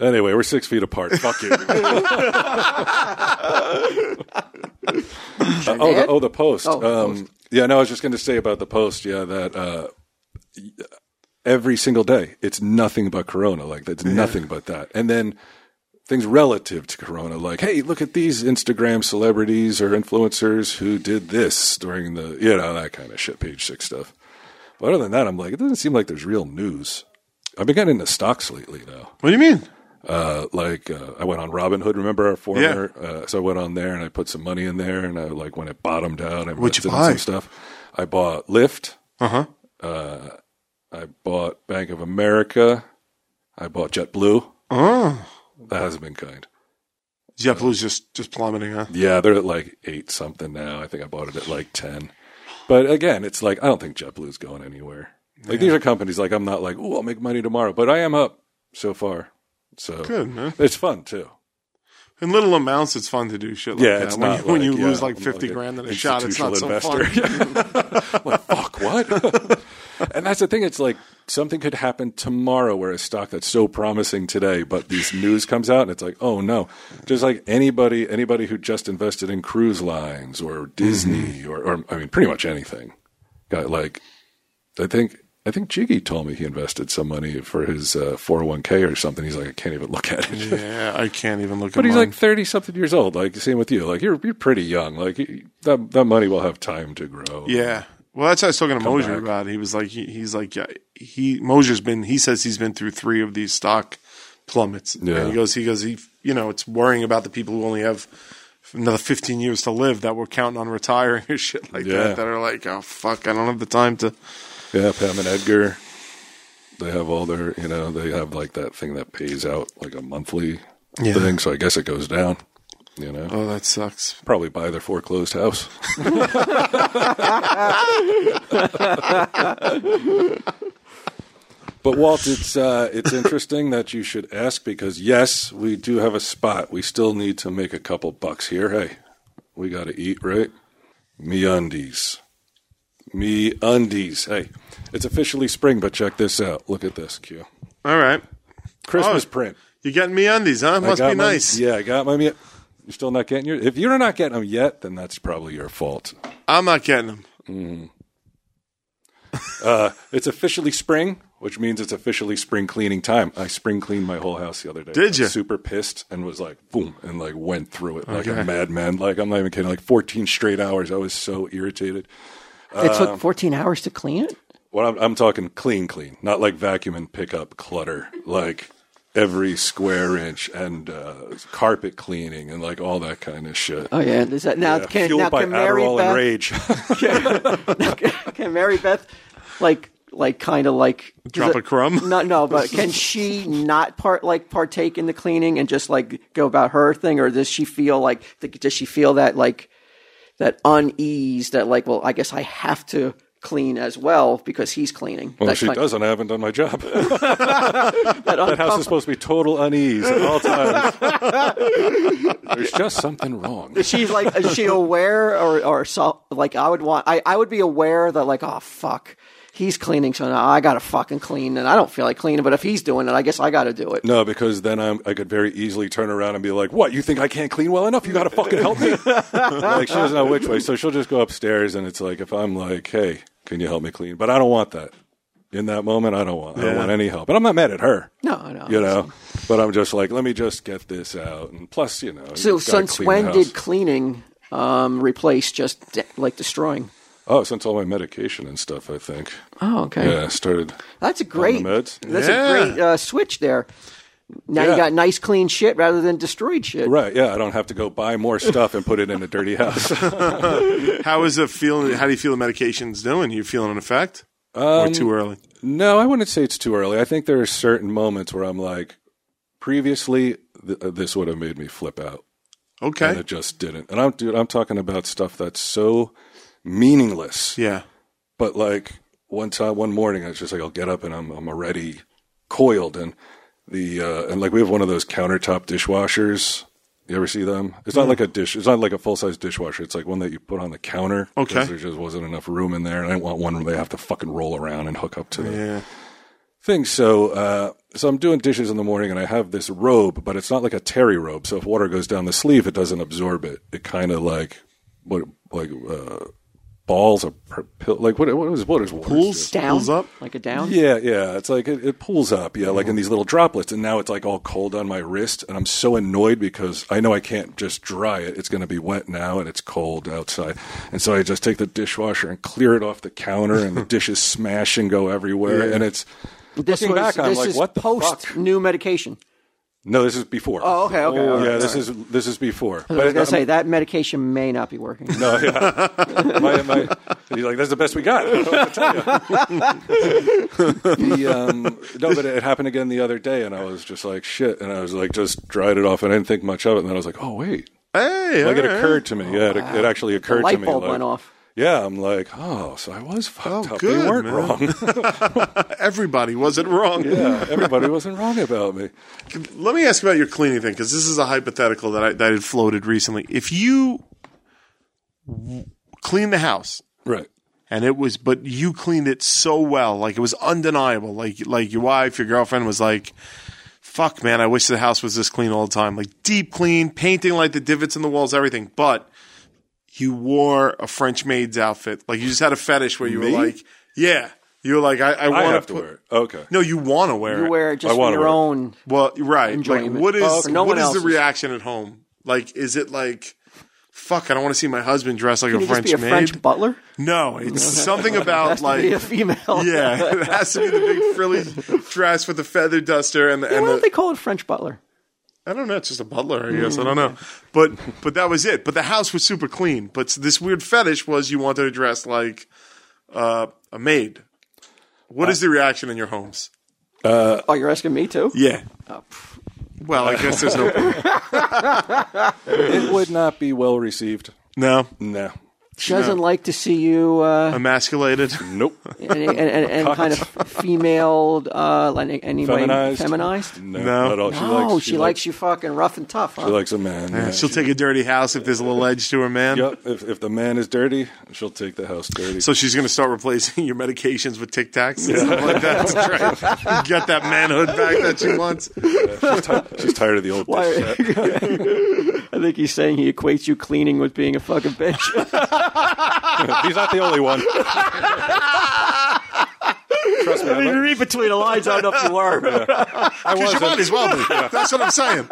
Speaker 4: Anyway, we're six feet apart. Fuck you. Uh, oh, the, oh, the post.
Speaker 1: Oh, the
Speaker 4: um, Yeah, no, I was just going to say about the post. Yeah, that uh, every single day, it's nothing but Corona. Like that's nothing but that. And then things relative to Corona, like, hey, look at these Instagram celebrities or influencers who did this during the, you know, that kind of shit. Page six stuff. But other than that, I'm like, it doesn't seem like there's real news. I've been getting into stocks lately now
Speaker 2: What do you mean?
Speaker 4: uh, like uh, I went on Robinhood. Remember our former? Uh, so I went on there and I put some money in there, and I like when it bottomed out, I
Speaker 2: What'd you
Speaker 4: invested in
Speaker 2: buy?
Speaker 4: some stuff. I bought Lyft.
Speaker 2: Uh-huh.
Speaker 4: Uh I bought Bank of America. I bought JetBlue.
Speaker 2: Oh,
Speaker 4: That hasn't been kind.
Speaker 2: JetBlue's just just plummeting, huh?
Speaker 4: Yeah, they're at like eight something now. I think I bought it at like ten. But again, it's like I don't think JetBlue's going anywhere. Like these are companies like I'm not like, oh, I'll make money tomorrow, but I am up so far. So
Speaker 2: Good, man.
Speaker 4: It's fun too.
Speaker 2: In little amounts, it's fun to do shit like
Speaker 4: yeah,
Speaker 2: that.
Speaker 4: it's
Speaker 2: when
Speaker 4: not
Speaker 2: you, when you
Speaker 4: like, yeah,
Speaker 2: lose like
Speaker 4: I'm
Speaker 2: fifty
Speaker 4: like an
Speaker 2: grand in a shot, it's not so
Speaker 4: institutional
Speaker 2: fun.
Speaker 4: [laughs] investor. like fuck what? [laughs] and that's the thing. It's like something could happen tomorrow where a stock that's so promising today, but this news comes out and it's like, oh no. Just like anybody, anybody who just invested in cruise lines
Speaker 2: Mm-hmm.
Speaker 4: or Disney or, or I mean, pretty much anything. Got like, I think. I think Jiggy told me he invested some money for his uh, 401k or something. He's like, I can't even look at it.
Speaker 2: [laughs] Yeah, I can't even look.
Speaker 4: But
Speaker 2: at
Speaker 4: he's
Speaker 2: mine.
Speaker 4: like thirty something years old. Like same with you. Like you're you're pretty young. Like you- that that money will have time to grow.
Speaker 2: yeah. Well, that's what I was talking to Mosier
Speaker 4: back.
Speaker 2: about. He was like, he, he's like, yeah, he Mosier's been. He says he's been through three of these stock plummets.
Speaker 4: Yeah.
Speaker 2: And he goes, he goes, he, you know, it's worrying about the people who only have another fifteen years to live that were counting on retiring [laughs] or shit like
Speaker 4: Yeah.
Speaker 2: that. That are like, oh fuck, I don't have the time to.
Speaker 4: yeah. Pam and Edgar, they have all their you know they have like that thing that pays out like a monthly
Speaker 2: Yeah.
Speaker 4: thing. So I guess it goes down. You know,
Speaker 2: Oh, that sucks.
Speaker 4: probably buy their foreclosed house. But Walt, it's uh, it's interesting that you should ask because yes, we do have a spot. We still need to make a couple bucks here. Hey, we got to eat, right? Me undies, me undies. Hey, it's officially spring, but check this out. Look at this, Q.
Speaker 2: All right.
Speaker 4: Christmas
Speaker 2: Oh,
Speaker 4: print.
Speaker 2: You're getting me undies, huh?
Speaker 4: I
Speaker 2: Must
Speaker 4: got
Speaker 2: be
Speaker 4: my-
Speaker 2: nice.
Speaker 4: Yeah, I got my. You're still not getting your. If you're not getting them yet, then that's probably your fault.
Speaker 2: I'm not getting them.
Speaker 4: It's officially spring, which means it's officially spring cleaning time. I spring cleaned my whole house the other day.
Speaker 2: Did
Speaker 4: I was
Speaker 2: ya?
Speaker 4: Super pissed and was like, boom, and like went through it like
Speaker 2: Okay.
Speaker 4: a madman. Like I'm not even kidding. Like 14 straight hours. I was so irritated.
Speaker 1: It took 14 hours to clean it?
Speaker 4: Well, I'm, I'm talking clean, clean, not like vacuum and pick up clutter, like every square inch and uh, carpet cleaning and like all that kind of shit.
Speaker 1: Oh yeah, Does that, now
Speaker 4: Yeah,
Speaker 1: can
Speaker 4: fueled
Speaker 1: now
Speaker 4: by
Speaker 1: can Mary
Speaker 4: Adderall
Speaker 1: Beth
Speaker 4: and rage. [laughs]
Speaker 1: [laughs] can Mary Beth like like kind of like
Speaker 2: Drop
Speaker 1: does
Speaker 2: a crumb?
Speaker 1: [laughs] No, no, but
Speaker 2: [laughs]
Speaker 1: can she not part like partake in the cleaning and just like go about her thing, or does she feel like th- does she feel that like that unease that like well I guess I have to clean as well because he's cleaning.
Speaker 4: well,
Speaker 1: That
Speaker 4: she
Speaker 1: kind-
Speaker 4: doesn't. I haven't done my
Speaker 1: [laughs]
Speaker 4: job.
Speaker 1: That
Speaker 4: That house
Speaker 1: uncomfort-
Speaker 4: is supposed to be total unease at
Speaker 1: [laughs]
Speaker 4: all times. There's just something wrong.
Speaker 1: She's like, is she aware or or so, like I would want? I I would be aware that like, oh fuck, he's cleaning, so now I gotta fucking clean, and I don't feel like cleaning, but if he's doing it, I guess I gotta do it.
Speaker 4: No, because then I'm, I could very easily turn around and be like, "What? You think I can't clean well enough? You got to fucking
Speaker 1: [laughs]
Speaker 4: help me!" like she doesn't know which way, so she'll just go upstairs, and it's like if I'm like, "Hey, can you help me clean?" But I don't want that. In that moment, I don't want. I don't
Speaker 2: Yeah.
Speaker 4: want any help. And I'm not mad at her.
Speaker 1: No, no.
Speaker 4: you know. But I'm just like, let me just get this out. And plus, you know,
Speaker 1: So
Speaker 4: you've gotta
Speaker 1: since
Speaker 4: clean
Speaker 1: when
Speaker 4: the
Speaker 1: did
Speaker 4: house.
Speaker 1: cleaning um, replace just de- like destroying?
Speaker 4: oh, since all my medication and stuff, I think.
Speaker 1: Oh, okay.
Speaker 4: Yeah, I started.
Speaker 1: That's a great.
Speaker 4: meds?
Speaker 1: That's
Speaker 2: Yeah.
Speaker 1: a great uh, switch there. Now you
Speaker 4: Yeah.
Speaker 1: got nice clean shit rather than destroyed shit.
Speaker 4: Right, yeah, I don't have to go buy more stuff and put it in a dirty house.
Speaker 2: How is it feeling? How do you feel the medication's doing? You feeling an effect? or too
Speaker 4: Um,
Speaker 2: early?
Speaker 4: No, I wouldn't say it's too early. I think there are certain moments where I'm like, previously, th- uh, this would have made me flip out, and
Speaker 2: Okay.
Speaker 4: it just didn't. And I'm, dude, I'm talking about stuff that's so meaningless.
Speaker 2: Yeah.
Speaker 4: But like one time, one morning, I was just like, I'll get up and I'm, I'm already coiled, and the uh, and like we have one of those countertop dishwashers. You ever see them? It's
Speaker 2: Mm-hmm.
Speaker 4: not like a dish. It's not like a full size dishwasher. It's like one that you put on the counter. 'cause
Speaker 2: Okay.
Speaker 4: there just wasn't enough room in there, and I didn't want one where they have to fucking roll around and hook up to the
Speaker 2: Yeah.
Speaker 4: thing. So, uh, so I'm doing dishes in the morning, and I have this robe, but it's not like a terry robe. So if water goes down the sleeve, it doesn't absorb it. It kind of like what like uh, balls of per- pill, like what what is what is water?
Speaker 2: Pools?
Speaker 1: Down,
Speaker 2: Pulls up?
Speaker 1: like a down.
Speaker 4: Yeah, yeah. It's like it, it pulls up, yeah, like in these little droplets, and now it's like all cold on my wrist, and I'm so annoyed because I know I can't just dry it. It's going to be wet now, and it's cold outside, and so I just take the dishwasher and clear it off the counter, and the dishes smash and go everywhere, and it's.
Speaker 1: This
Speaker 4: looking
Speaker 1: was
Speaker 4: back, I'm
Speaker 1: this
Speaker 4: like,
Speaker 1: is
Speaker 4: what the
Speaker 1: post
Speaker 4: fuck?
Speaker 1: new medication.
Speaker 4: No, this is before.
Speaker 1: Oh, okay, okay, all right,
Speaker 4: yeah,
Speaker 1: all
Speaker 4: this
Speaker 1: right.
Speaker 4: is this is before.
Speaker 1: I was
Speaker 4: But um,
Speaker 1: gonna say
Speaker 4: I'm-
Speaker 1: that medication may not be
Speaker 4: [laughs]
Speaker 1: working.
Speaker 4: No, yeah. [laughs] my, my, he's like, that's the best we got. [laughs] I don't know what to tell you. The, um, [laughs] no, but it happened again the other day, and I was just like, shit. And I was like, just dried it off, and I didn't think much of it. And then I was like, oh, wait.
Speaker 2: Hey.
Speaker 4: Like, it
Speaker 2: all right.
Speaker 4: occurred to me. yeah, it, it actually occurred to
Speaker 1: Oh, light
Speaker 4: me.
Speaker 1: bulb
Speaker 4: like-
Speaker 1: went off.
Speaker 4: Yeah, I'm like, oh, so I was fucked
Speaker 2: Oh,
Speaker 4: up.
Speaker 2: good,
Speaker 4: they weren't
Speaker 2: man.
Speaker 4: wrong. [laughs]
Speaker 2: Everybody wasn't wrong.
Speaker 4: yeah, everybody wasn't wrong about me.
Speaker 2: Let me ask about your cleaning thing because this is a hypothetical that I that had floated recently. If you w- clean the house
Speaker 4: Right.
Speaker 2: and it was, but you cleaned it so well, like it was undeniable. Like like your wife, your girlfriend was like, "Fuck, man, I wish the house was this clean all the time. Like deep clean, painting like the divots in the walls, everything." But you wore a French maid's outfit. Like you just had a fetish where you
Speaker 4: Me?
Speaker 2: were like, "Yeah." You were like, "I, I
Speaker 4: I
Speaker 2: want
Speaker 4: have to wear it. Okay.
Speaker 2: No, you want to wear it.
Speaker 1: You wear it just
Speaker 4: I
Speaker 1: for
Speaker 4: wanna
Speaker 1: your
Speaker 4: wear it.
Speaker 1: own.
Speaker 2: Well, right.
Speaker 1: enjoyment.
Speaker 2: Like, what is
Speaker 1: Oh, okay. No
Speaker 2: what
Speaker 1: one
Speaker 2: is the
Speaker 1: else's.
Speaker 2: reaction at home? Like, is it like, fuck? I don't want to see my husband dressed like
Speaker 1: Can
Speaker 2: a
Speaker 1: you just
Speaker 2: French
Speaker 1: be a
Speaker 2: maid.
Speaker 1: French butler? [laughs]
Speaker 2: no, it's something about
Speaker 1: be a
Speaker 2: like,
Speaker 1: female.
Speaker 2: yeah, it has to be the
Speaker 1: [laughs]
Speaker 2: big frilly dress with the feather duster and the.
Speaker 1: Why
Speaker 2: And
Speaker 1: don't they
Speaker 2: the
Speaker 1: call it French butler?
Speaker 2: I don't know. It's just a butler, I guess. I
Speaker 1: Mm.
Speaker 2: don't know, but but that was it. But the house was super clean. But this weird fetish was you wanted to dress like uh, a maid. What
Speaker 1: Uh,
Speaker 2: is the reaction in your homes?
Speaker 1: Oh, you're asking me too.
Speaker 2: Yeah.
Speaker 1: uh,
Speaker 2: well, I
Speaker 1: [laughs]
Speaker 2: guess there's no
Speaker 4: It would not be well received.
Speaker 2: no
Speaker 4: No.
Speaker 1: She doesn't like to see you uh,
Speaker 2: emasculated. [laughs]
Speaker 4: Nope.
Speaker 1: any, and, and, and kind of female, uh, any, any way-
Speaker 4: Feminized.
Speaker 1: feminized.
Speaker 4: No.
Speaker 2: No.
Speaker 4: Not at all.
Speaker 1: No, she likes, you fucking rough and tough. Huh?
Speaker 4: She likes a man. yeah.
Speaker 2: She'll take a dirty house if there's a little edge to her, man.
Speaker 4: Yep. If, if the man is dirty, she'll take the house dirty.
Speaker 2: So she's going to start replacing [laughs] your medications with Tic Tacs and stuff like that. That's right. Get that manhood back that she [laughs] wants.
Speaker 4: she's, ti- she's tired of the old
Speaker 1: Why-
Speaker 4: dish set.
Speaker 1: [laughs] I think he's saying he equates you cleaning with being a fucking bitch.
Speaker 4: He's not the
Speaker 1: [laughs]
Speaker 4: only one. Trust me. I, might-
Speaker 1: read between the lines. I don't know if you were. [laughs]
Speaker 4: I
Speaker 2: Because your
Speaker 4: wasn't.
Speaker 2: body's wobbly. That's what I'm saying.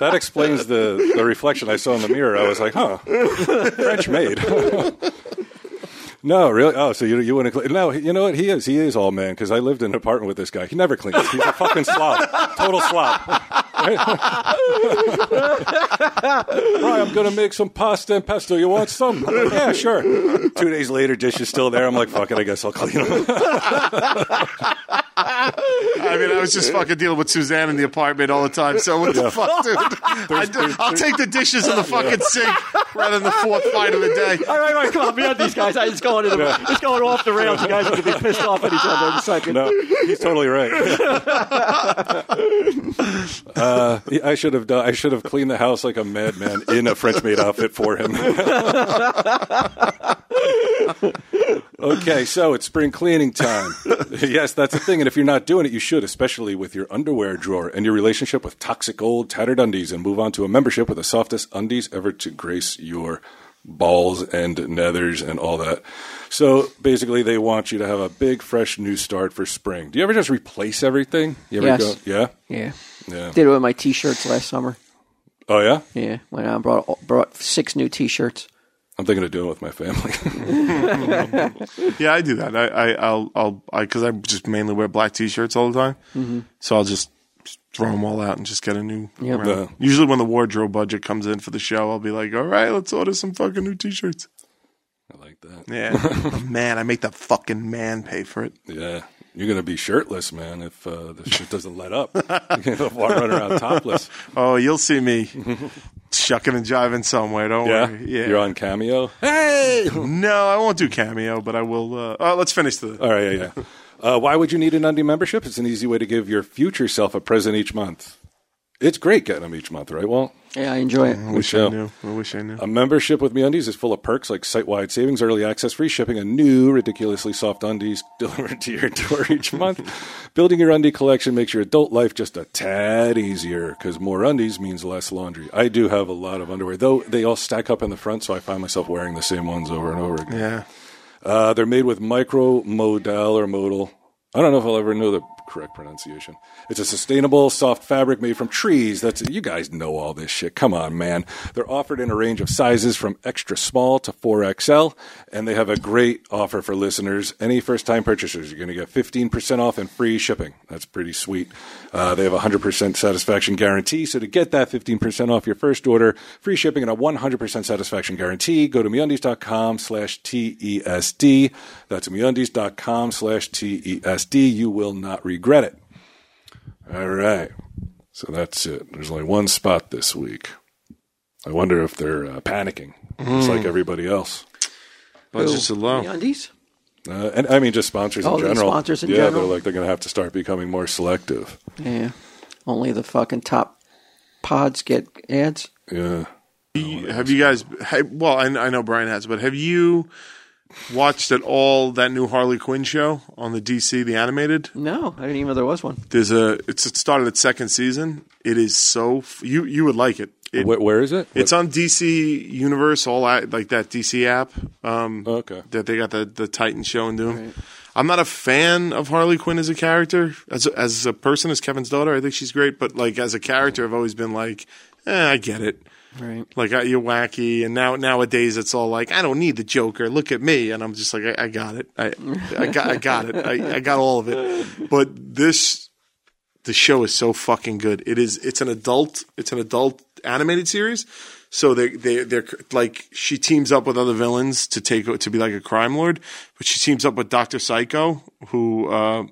Speaker 4: That explains the, the reflection I saw in the mirror. I was like, huh, French maid. [laughs] No, really. Oh, so you you wouldn't clean? No, you know what? He is. He is all man because I lived in an apartment with this guy. He never cleans. He's a fucking slob, total slob. [laughs] Right, I'm gonna make some pasta and pesto. You want some? yeah, sure. Two days later, dish is still there. I'm like, fuck it. I guess I'll clean them.
Speaker 2: I mean, I was just fucking dealing with Suzanne in the apartment all the time. So what the fuck, dude? I do, I'll take the dishes in the fucking sink rather than the fourth fight of the day.
Speaker 1: [laughs] All right, all right, come on, beyond these guys. I, it's going, to the, it's going off the rails. You guys are going to be pissed off at each [laughs] other in a second.
Speaker 4: no, he's totally right. uh, I should have done. I should have cleaned the house like a madman in a French maid outfit for him. okay, so it's spring cleaning time. yes, that's a thing. And if you're not doing it, you should, especially with your underwear drawer and your relationship with toxic old tattered undies, and move on to a membership with the softest undies ever to grace your balls and nethers and all that. So basically, they want you to have a big, fresh new start for spring. Do you ever just replace everything? You ever
Speaker 1: Yes.
Speaker 4: go, yeah?
Speaker 1: Yeah.
Speaker 4: Yeah.
Speaker 1: Did it with my t shirts last summer.
Speaker 4: Oh, yeah?
Speaker 1: Yeah. Went out and brought, brought six new t shirts.
Speaker 4: I'm thinking of doing it with my family. [laughs]
Speaker 2: Yeah, I do that. I, I I'll I'll I because I just mainly wear black t-shirts all the time, so I'll just throw them all out and just get a new.
Speaker 1: Yep.
Speaker 2: round.
Speaker 4: Yeah.
Speaker 2: Usually, when the wardrobe budget comes in for the show, I'll be like, "All right, let's order some fucking new t-shirts."
Speaker 4: I like that.
Speaker 2: [laughs] Yeah, man, I make the fucking man pay for it.
Speaker 4: Yeah. You're going to be shirtless, man, if uh, the shit doesn't let up. You're going to run around topless.
Speaker 2: Oh, you'll see me shucking and jiving somewhere. Don't
Speaker 4: Yeah?
Speaker 2: worry. Yeah,
Speaker 4: You're on Cameo?
Speaker 2: Hey, no, I won't do cameo, but I will. Uh, oh, let's finish the.
Speaker 4: All right, yeah, yeah. Uh, why would you need an undie membership? It's an easy way to give your future self a present each month. It's great getting them each month, right? Well,
Speaker 1: Yeah, I enjoy it.
Speaker 2: I wish
Speaker 4: show.
Speaker 2: I knew. I wish I knew.
Speaker 4: A membership with MeUndies is full of perks like site-wide savings, early access, free shipping, and new ridiculously soft undies [laughs] delivered to your door each month. Building your undie collection makes your adult life just a tad easier because more undies means less laundry. I do have a lot of underwear, though they all stack up in the front, so I find myself wearing the same ones over and over again.
Speaker 2: yeah.
Speaker 4: Uh, they're made with micro modal or modal. I don't know if I'll ever know the correct pronunciation. It's a sustainable, soft fabric made from trees. That's you guys know all this shit. Come on, man. They're offered in a range of sizes from extra small to 4XL, and they have a great offer for listeners. Any first-time purchasers, you're going to get 15% off and free shipping. That's pretty sweet. Uh, they have a 100% satisfaction guarantee. So to get that 15% off your first order, free shipping, and a 100% satisfaction guarantee, go to MeUndies.com slash TESD. That's MeUndies.com slash TESD. You will not regret it. All right. So that's it. There's only one spot this week. I wonder if they're uh, panicking, just like everybody else.
Speaker 2: Budgets are
Speaker 1: The
Speaker 2: low.
Speaker 1: undies?
Speaker 4: Uh, and I mean, just sponsors
Speaker 1: Oh,
Speaker 4: in
Speaker 1: the
Speaker 4: general.
Speaker 1: sponsors in
Speaker 4: yeah,
Speaker 1: general.
Speaker 4: they're like they're going to have to start becoming more selective.
Speaker 1: Yeah. Only the fucking top pods get ads.
Speaker 4: Yeah.
Speaker 2: You- have you guys? hey, Well, I, I know Brian has, but have you watched at all that new Harley Quinn show on the DC, the animated?
Speaker 1: No, I didn't even know there was one.
Speaker 2: There's a. It's it started its second season. It is so f- you you would like it. It-
Speaker 4: Where, where is it?
Speaker 2: it's on DC Universe, all I, like that DC app. Um,
Speaker 4: okay.
Speaker 2: that they got the the Titan showing to him. I'm not a fan of Harley Quinn as a character, as a, as a person, as Kevin's daughter. I think she's great, but like as a character, I've always been like, eh, I get it.
Speaker 1: Right.
Speaker 2: Like I- you're wacky, and now nowadays it's all like I don't need the Joker. Look at me, and I'm just like I, I got it. I, I got I got it. I, I got all of it. But this the show is so fucking good. It is. It's an adult. It's an adult animated series. So they they they're like she teams up with other villains to take to be like a crime lord, but she teams up with Doctor Psycho, who uh,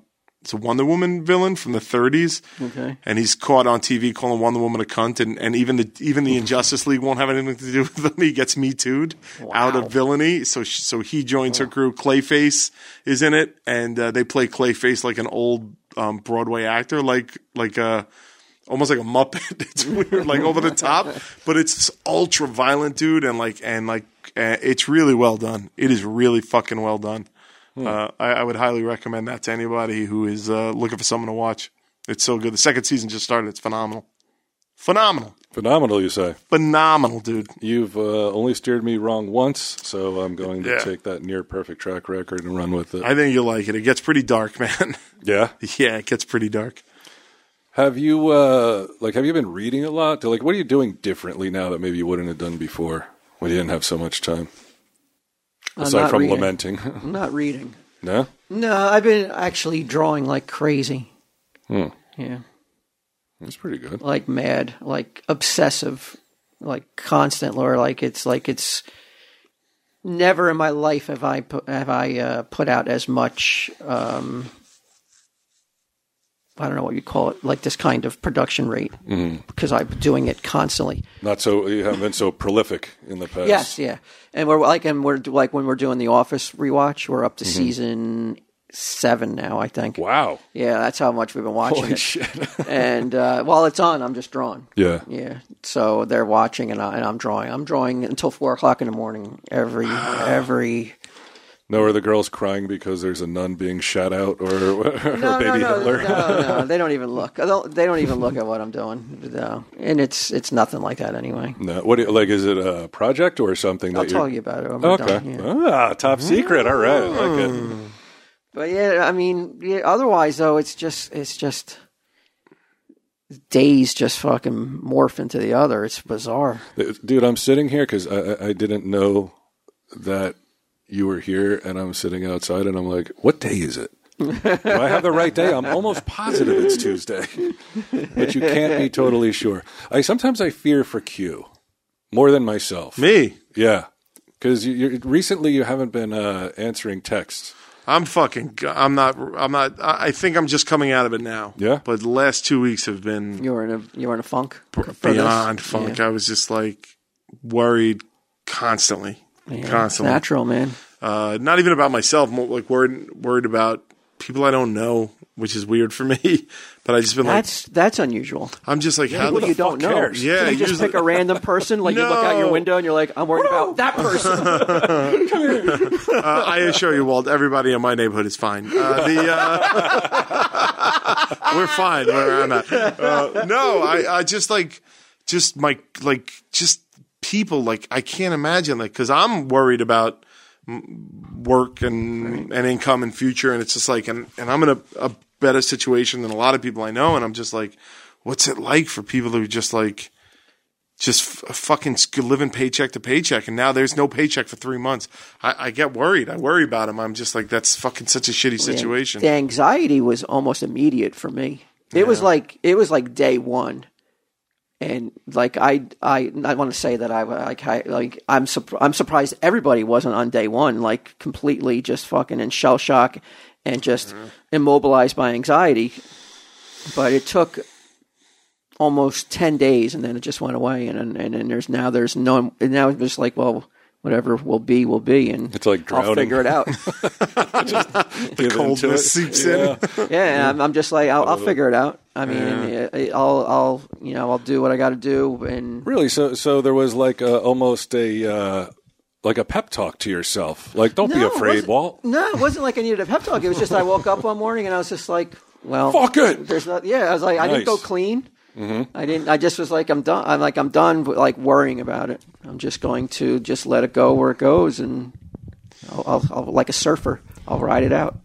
Speaker 2: is a Wonder Woman villain from the 30s.
Speaker 1: Okay.
Speaker 2: and he's caught on TV calling Wonder Woman a cunt, and, and even the even the Injustice League won't have anything to do [laughs] with him. He gets me tooed out of villainy. So she, so he joins her crew. Clayface is in it, and uh, they play Clayface like an old um, Broadway actor, like like a almost like a Muppet. [laughs] It's weird, like over the top, but it's this ultra violent dude, and like and like uh, it's really well done. It is really fucking well done. Uh, I, I would highly recommend that to anybody who is uh, looking for something to watch. It's so good. The second season just started. It's phenomenal, phenomenal,
Speaker 4: Phenomenal, you say.
Speaker 2: phenomenal, dude.
Speaker 4: You've uh, only steered me wrong once, so I'm going to
Speaker 2: Yeah.
Speaker 4: take that near perfect track record and run with it.
Speaker 2: I think you'll like it. It gets pretty dark, [laughs] man.
Speaker 4: yeah.
Speaker 2: yeah, it gets pretty dark.
Speaker 4: Have you uh, like have you been reading a lot? Like, what are you doing differently now that maybe you wouldn't have done before when you didn't have so much time?
Speaker 1: I'm
Speaker 4: aside
Speaker 1: not
Speaker 4: from
Speaker 1: reading.
Speaker 4: lamenting. [laughs]
Speaker 1: I'm not reading.
Speaker 4: no,
Speaker 1: No, I've been actually drawing like crazy.
Speaker 4: Hmm.
Speaker 1: Yeah,
Speaker 4: that's pretty good.
Speaker 1: like mad, like obsessive, like constant, or like it's like it's never in my life have I pu- have I uh, put out as much. Um, I don't know what you call it, like this kind of production rate, because I'm doing it constantly.
Speaker 4: Not so you haven't been so prolific in the past.
Speaker 1: Yes, yeah, and we're like, and we're like when we're doing the Office rewatch, we're up to
Speaker 4: Mm-hmm.
Speaker 1: season seven now, I think.
Speaker 4: Wow.
Speaker 1: Yeah, that's how much we've been watching
Speaker 4: Holy
Speaker 1: it.
Speaker 4: shit. [laughs]
Speaker 1: and uh, while it's on, I'm just drawing.
Speaker 4: yeah.
Speaker 1: Yeah, so they're watching and, I, and I'm drawing. I'm drawing until four o'clock in the morning
Speaker 4: [gasps]
Speaker 1: every every.
Speaker 4: No, are the girls crying because there's a nun being shot out or, [laughs] or
Speaker 1: No, no,
Speaker 4: baby
Speaker 1: no,
Speaker 4: Hitler?
Speaker 1: no, no, [laughs] they don't even look. I don't- They don't even look at what I'm doing. No. and it's it's nothing like that
Speaker 4: [laughs]
Speaker 1: anyway.
Speaker 4: No. What do you- like is it a project or something
Speaker 1: I'll
Speaker 4: that
Speaker 1: tell
Speaker 4: you're
Speaker 1: you about it. When we're
Speaker 4: Okay.
Speaker 1: done, yeah.
Speaker 4: Ah, top secret. All right. I like
Speaker 1: Hmm.
Speaker 4: it.
Speaker 1: But yeah, I mean, yeah, otherwise though, it's just it's just days just fucking morph into the other. It's bizarre.
Speaker 4: Uh, Dude, I'm sitting here because I, I- I didn't know that you were here, and I'm sitting outside, and I'm like, what day is it? Do I have the right day? I'm almost positive it's Tuesday, but you can't be totally sure. I sometimes I fear for Q more than myself.
Speaker 2: Me,
Speaker 4: Yeah, because you, you're, recently you haven't been uh, answering texts.
Speaker 2: I'm fucking. go- I'm not. I'm not. I I think I'm just coming out of it now.
Speaker 4: Yeah?
Speaker 2: But the last two weeks have been
Speaker 1: You were in a you were in a funk. for this?
Speaker 2: beyond funk. I was just like worried constantly,
Speaker 1: It's
Speaker 2: constantly.
Speaker 1: natural, man.
Speaker 2: uh, not even about myself. More like worried worried about people I don't know, which is weird for me. [laughs] But I just been like,
Speaker 1: That's that's unusual.
Speaker 2: I'm just like, how
Speaker 1: People
Speaker 2: the
Speaker 1: you
Speaker 2: fuck
Speaker 1: don't know.
Speaker 2: cares? Yeah,
Speaker 1: you just
Speaker 2: usually-
Speaker 1: pick a random person. Like you look out your
Speaker 2: [laughs] No.
Speaker 1: window and you're like, I'm worried about that person.
Speaker 2: Uh, I assure you, Walt, everybody in my neighborhood is fine. Uh,
Speaker 1: [laughs]
Speaker 2: the, uh, we're fine where I'm at. Uh, no, I, I just like, just my, like, just people, like, I can't imagine, like, because I'm worried about m- work and, and income and future. And it's just like, and, and I'm in a, a better situation than a lot of people I know. And I'm just like, what's it like for people who just like, just f- fucking sc- living paycheck to paycheck, and now there's no paycheck for three months. I, I get worried. I worry about him. I'm just like, that's fucking such a shitty situation.
Speaker 1: The anxiety was almost immediate for me. It was like it was like day one, and like I I I want to say that I like I, like I'm surp- I'm surprised everybody wasn't on day one like completely just fucking in shell shock and just
Speaker 4: Mm-hmm.
Speaker 1: immobilized by anxiety. But it took almost 10 days and then it just went away and and, and, and there's now there's no and now it's just like well whatever will be will be and
Speaker 4: It's like
Speaker 1: I'll
Speaker 4: drowning.
Speaker 1: figure it
Speaker 4: [laughs]
Speaker 1: out
Speaker 4: The
Speaker 2: coldness seeps in.
Speaker 1: yeah, and I'm, I'm just like I'll, I'll figure it out. I mean, uh, I'll I'll you know I'll do what I got to do, and
Speaker 4: Really? So, so there was like a, almost a uh, like a pep talk to yourself. Like, don't be
Speaker 1: No, it
Speaker 4: afraid,
Speaker 1: wasn't-
Speaker 4: Walt.
Speaker 1: No, it wasn't like I needed a pep talk. It was just I woke up one morning and I was just like, well,
Speaker 4: Fuck it.
Speaker 1: There's not. Yeah, I was like, I didn't go
Speaker 4: Nice. Mm-hmm.
Speaker 1: clean. I didn't. I just was like, I'm done. I'm like, I'm done with like worrying about it. I'm just going to just let it go where it goes, and I'll, I'll, I'll like a surfer, I'll ride it out.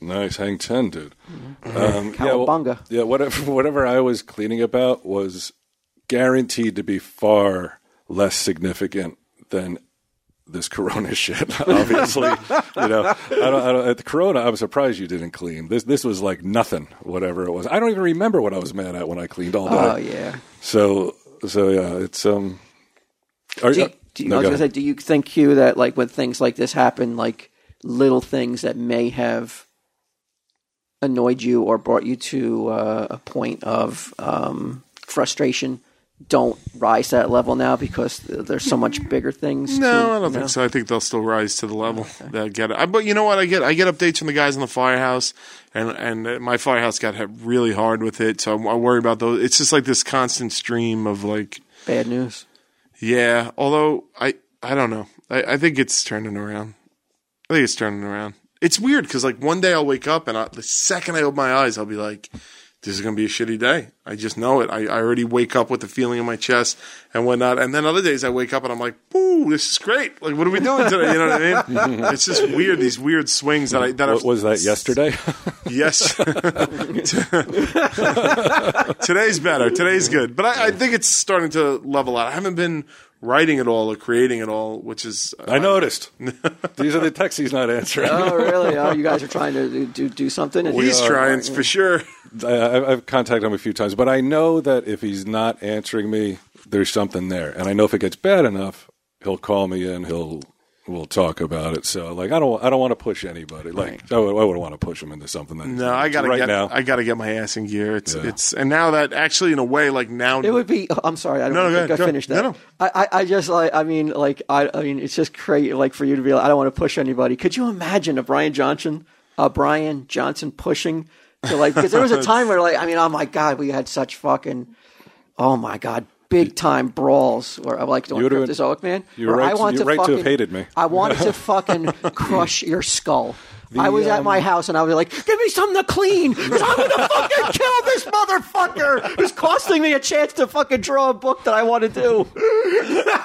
Speaker 4: Nice, hang ten, dude.
Speaker 1: [laughs]
Speaker 4: Um, yeah,
Speaker 1: Mm-hmm. Cowabunga.
Speaker 4: yeah, whatever. [laughs] Whatever I was cleaning about was guaranteed to be far less significant than this Corona [laughs] shit. Obviously, you know, I don't, I don't, at the Corona, I'm surprised you didn't clean. This this was like nothing. Whatever it was, I don't even remember what I was mad at when I cleaned all day.
Speaker 1: Oh yeah.
Speaker 4: So so yeah, it's um. Are,
Speaker 1: Do
Speaker 4: you?
Speaker 1: you, do you, I was gonna say, do you think Hugh that like when things like this happen, like little things that may have annoyed you or brought you to uh, a point of um, frustration don't rise to that level now because th- there's so much bigger things?
Speaker 2: No,
Speaker 1: to-
Speaker 2: I don't think so. I think they'll still rise to the level that get it. I, but you know what? I get I get updates from the guys in the firehouse, and and uh, my firehouse got hit really hard with it, so I, I worry about those. It's just like this constant stream of like,
Speaker 1: Bad news.
Speaker 2: yeah. Although I I don't know. I, I think it's turning around. I think it's turning around. It's weird because like one day I'll wake up and I, the second I open my eyes, I'll be like, "This is gonna be a shitty day." I just know it. I, I already wake up with the feeling in my chest and whatnot. And then other days I wake up and I'm like, "Ooh, this is great! Like, what are we doing today?" You know what I
Speaker 4: [laughs]
Speaker 2: mean? it's just weird. These weird swings that I that
Speaker 4: what
Speaker 2: I've-
Speaker 4: was that yesterday? [laughs]
Speaker 2: [laughs] Yes. Today's better. Today's good. But I, I think it's starting to level out. I haven't been writing it all or creating it all, which is uh,
Speaker 1: [laughs]
Speaker 4: I noticed. These are the texts he's not answering.
Speaker 1: Oh, really? Oh, you guys are trying to do do, do something. And
Speaker 2: he's
Speaker 1: Oh,
Speaker 2: trying
Speaker 1: yeah.
Speaker 2: for sure.
Speaker 4: I, I- I've contacted him a few times, but I know that if he's not answering me, there's something there, and I know if it gets bad enough, he'll call me and he'll we'll talk about it. So like I don't I don't want to push anybody. Like I, would, I would want to push him into something. That he's
Speaker 2: No,
Speaker 4: not
Speaker 2: I
Speaker 4: into
Speaker 2: gotta
Speaker 4: right
Speaker 2: get.
Speaker 4: now.
Speaker 2: I gotta get my ass in gear. It's
Speaker 4: Yeah.
Speaker 2: it's and now that actually in a way like now
Speaker 1: It would be. oh, I'm sorry. I don't
Speaker 2: No,
Speaker 1: think
Speaker 2: no, go ahead,
Speaker 1: I
Speaker 2: go ahead.
Speaker 1: finished
Speaker 2: No,
Speaker 1: that.
Speaker 2: no.
Speaker 1: I, I, I just like. I mean, like. I, I mean, it's just crazy. Like for you to be. like, I don't want to push anybody. Could you imagine a Brian Johnson, a Brian Johnson pushing to like? Because there was
Speaker 4: [laughs]
Speaker 1: a time where like. I mean, oh my god, we had such fucking. Oh my god. Big time brawls where I'm like doing
Speaker 4: You would've-
Speaker 1: cryptozoic man.
Speaker 4: you were
Speaker 1: where
Speaker 4: right
Speaker 1: I
Speaker 4: to-
Speaker 1: want
Speaker 4: you're right to have
Speaker 1: fucking-
Speaker 4: hated me.
Speaker 1: I wanted
Speaker 4: [laughs]
Speaker 1: to fucking crush your skull. I was
Speaker 4: um,
Speaker 1: at my house and I was like, "Give me something to clean, because I'm gonna fucking kill this motherfucker who's costing me a chance to fucking draw a book that I want to do."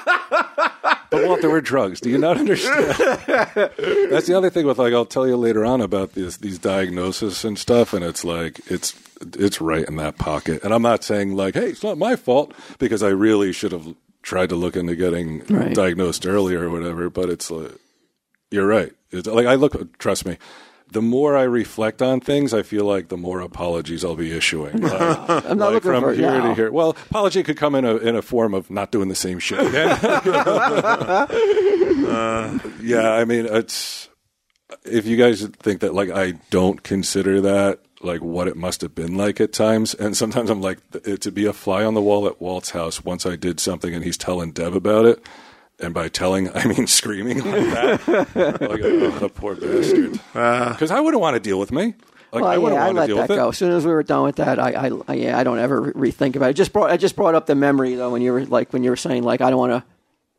Speaker 4: But Walt, there were drugs. Do you not understand? That's the other thing with like I'll tell you later on about these these diagnoses and stuff, and it's like it's it's right in that pocket. And I'm not saying like, hey, it's not my fault because I really should have tried to look into getting
Speaker 1: Right.
Speaker 4: diagnosed earlier or whatever. But it's uh, like you're right. It's like I look. Trust me. The more I reflect on things, I feel like the more apologies I'll
Speaker 1: [laughs]
Speaker 4: be issuing. Like, I'm
Speaker 1: not looking
Speaker 4: from
Speaker 1: for it
Speaker 4: here to
Speaker 1: now.
Speaker 4: here. Well, apology could come in a in a form of not doing the same shit.
Speaker 1: [laughs]
Speaker 4: again. [laughs] Uh, Yeah, I mean, it's if you guys think that like I don't consider that like what it must have been like at times, and sometimes I'm like th- to be a fly on the wall at Walt's house. Once I did something, and he's telling Deb about it, and by telling I mean [laughs] screaming like that, like oh, the poor bastard, because I wouldn't want to deal with me. Like I
Speaker 1: Well,
Speaker 4: wouldn't
Speaker 1: yeah, I
Speaker 4: want to
Speaker 1: let
Speaker 4: deal
Speaker 1: that
Speaker 4: with
Speaker 1: go.
Speaker 4: it.
Speaker 1: As soon as we were done with that, I, I, I yeah, I don't ever re- rethink about it. I just brought, I just brought up the memory though when you were like when you were saying like I don't want to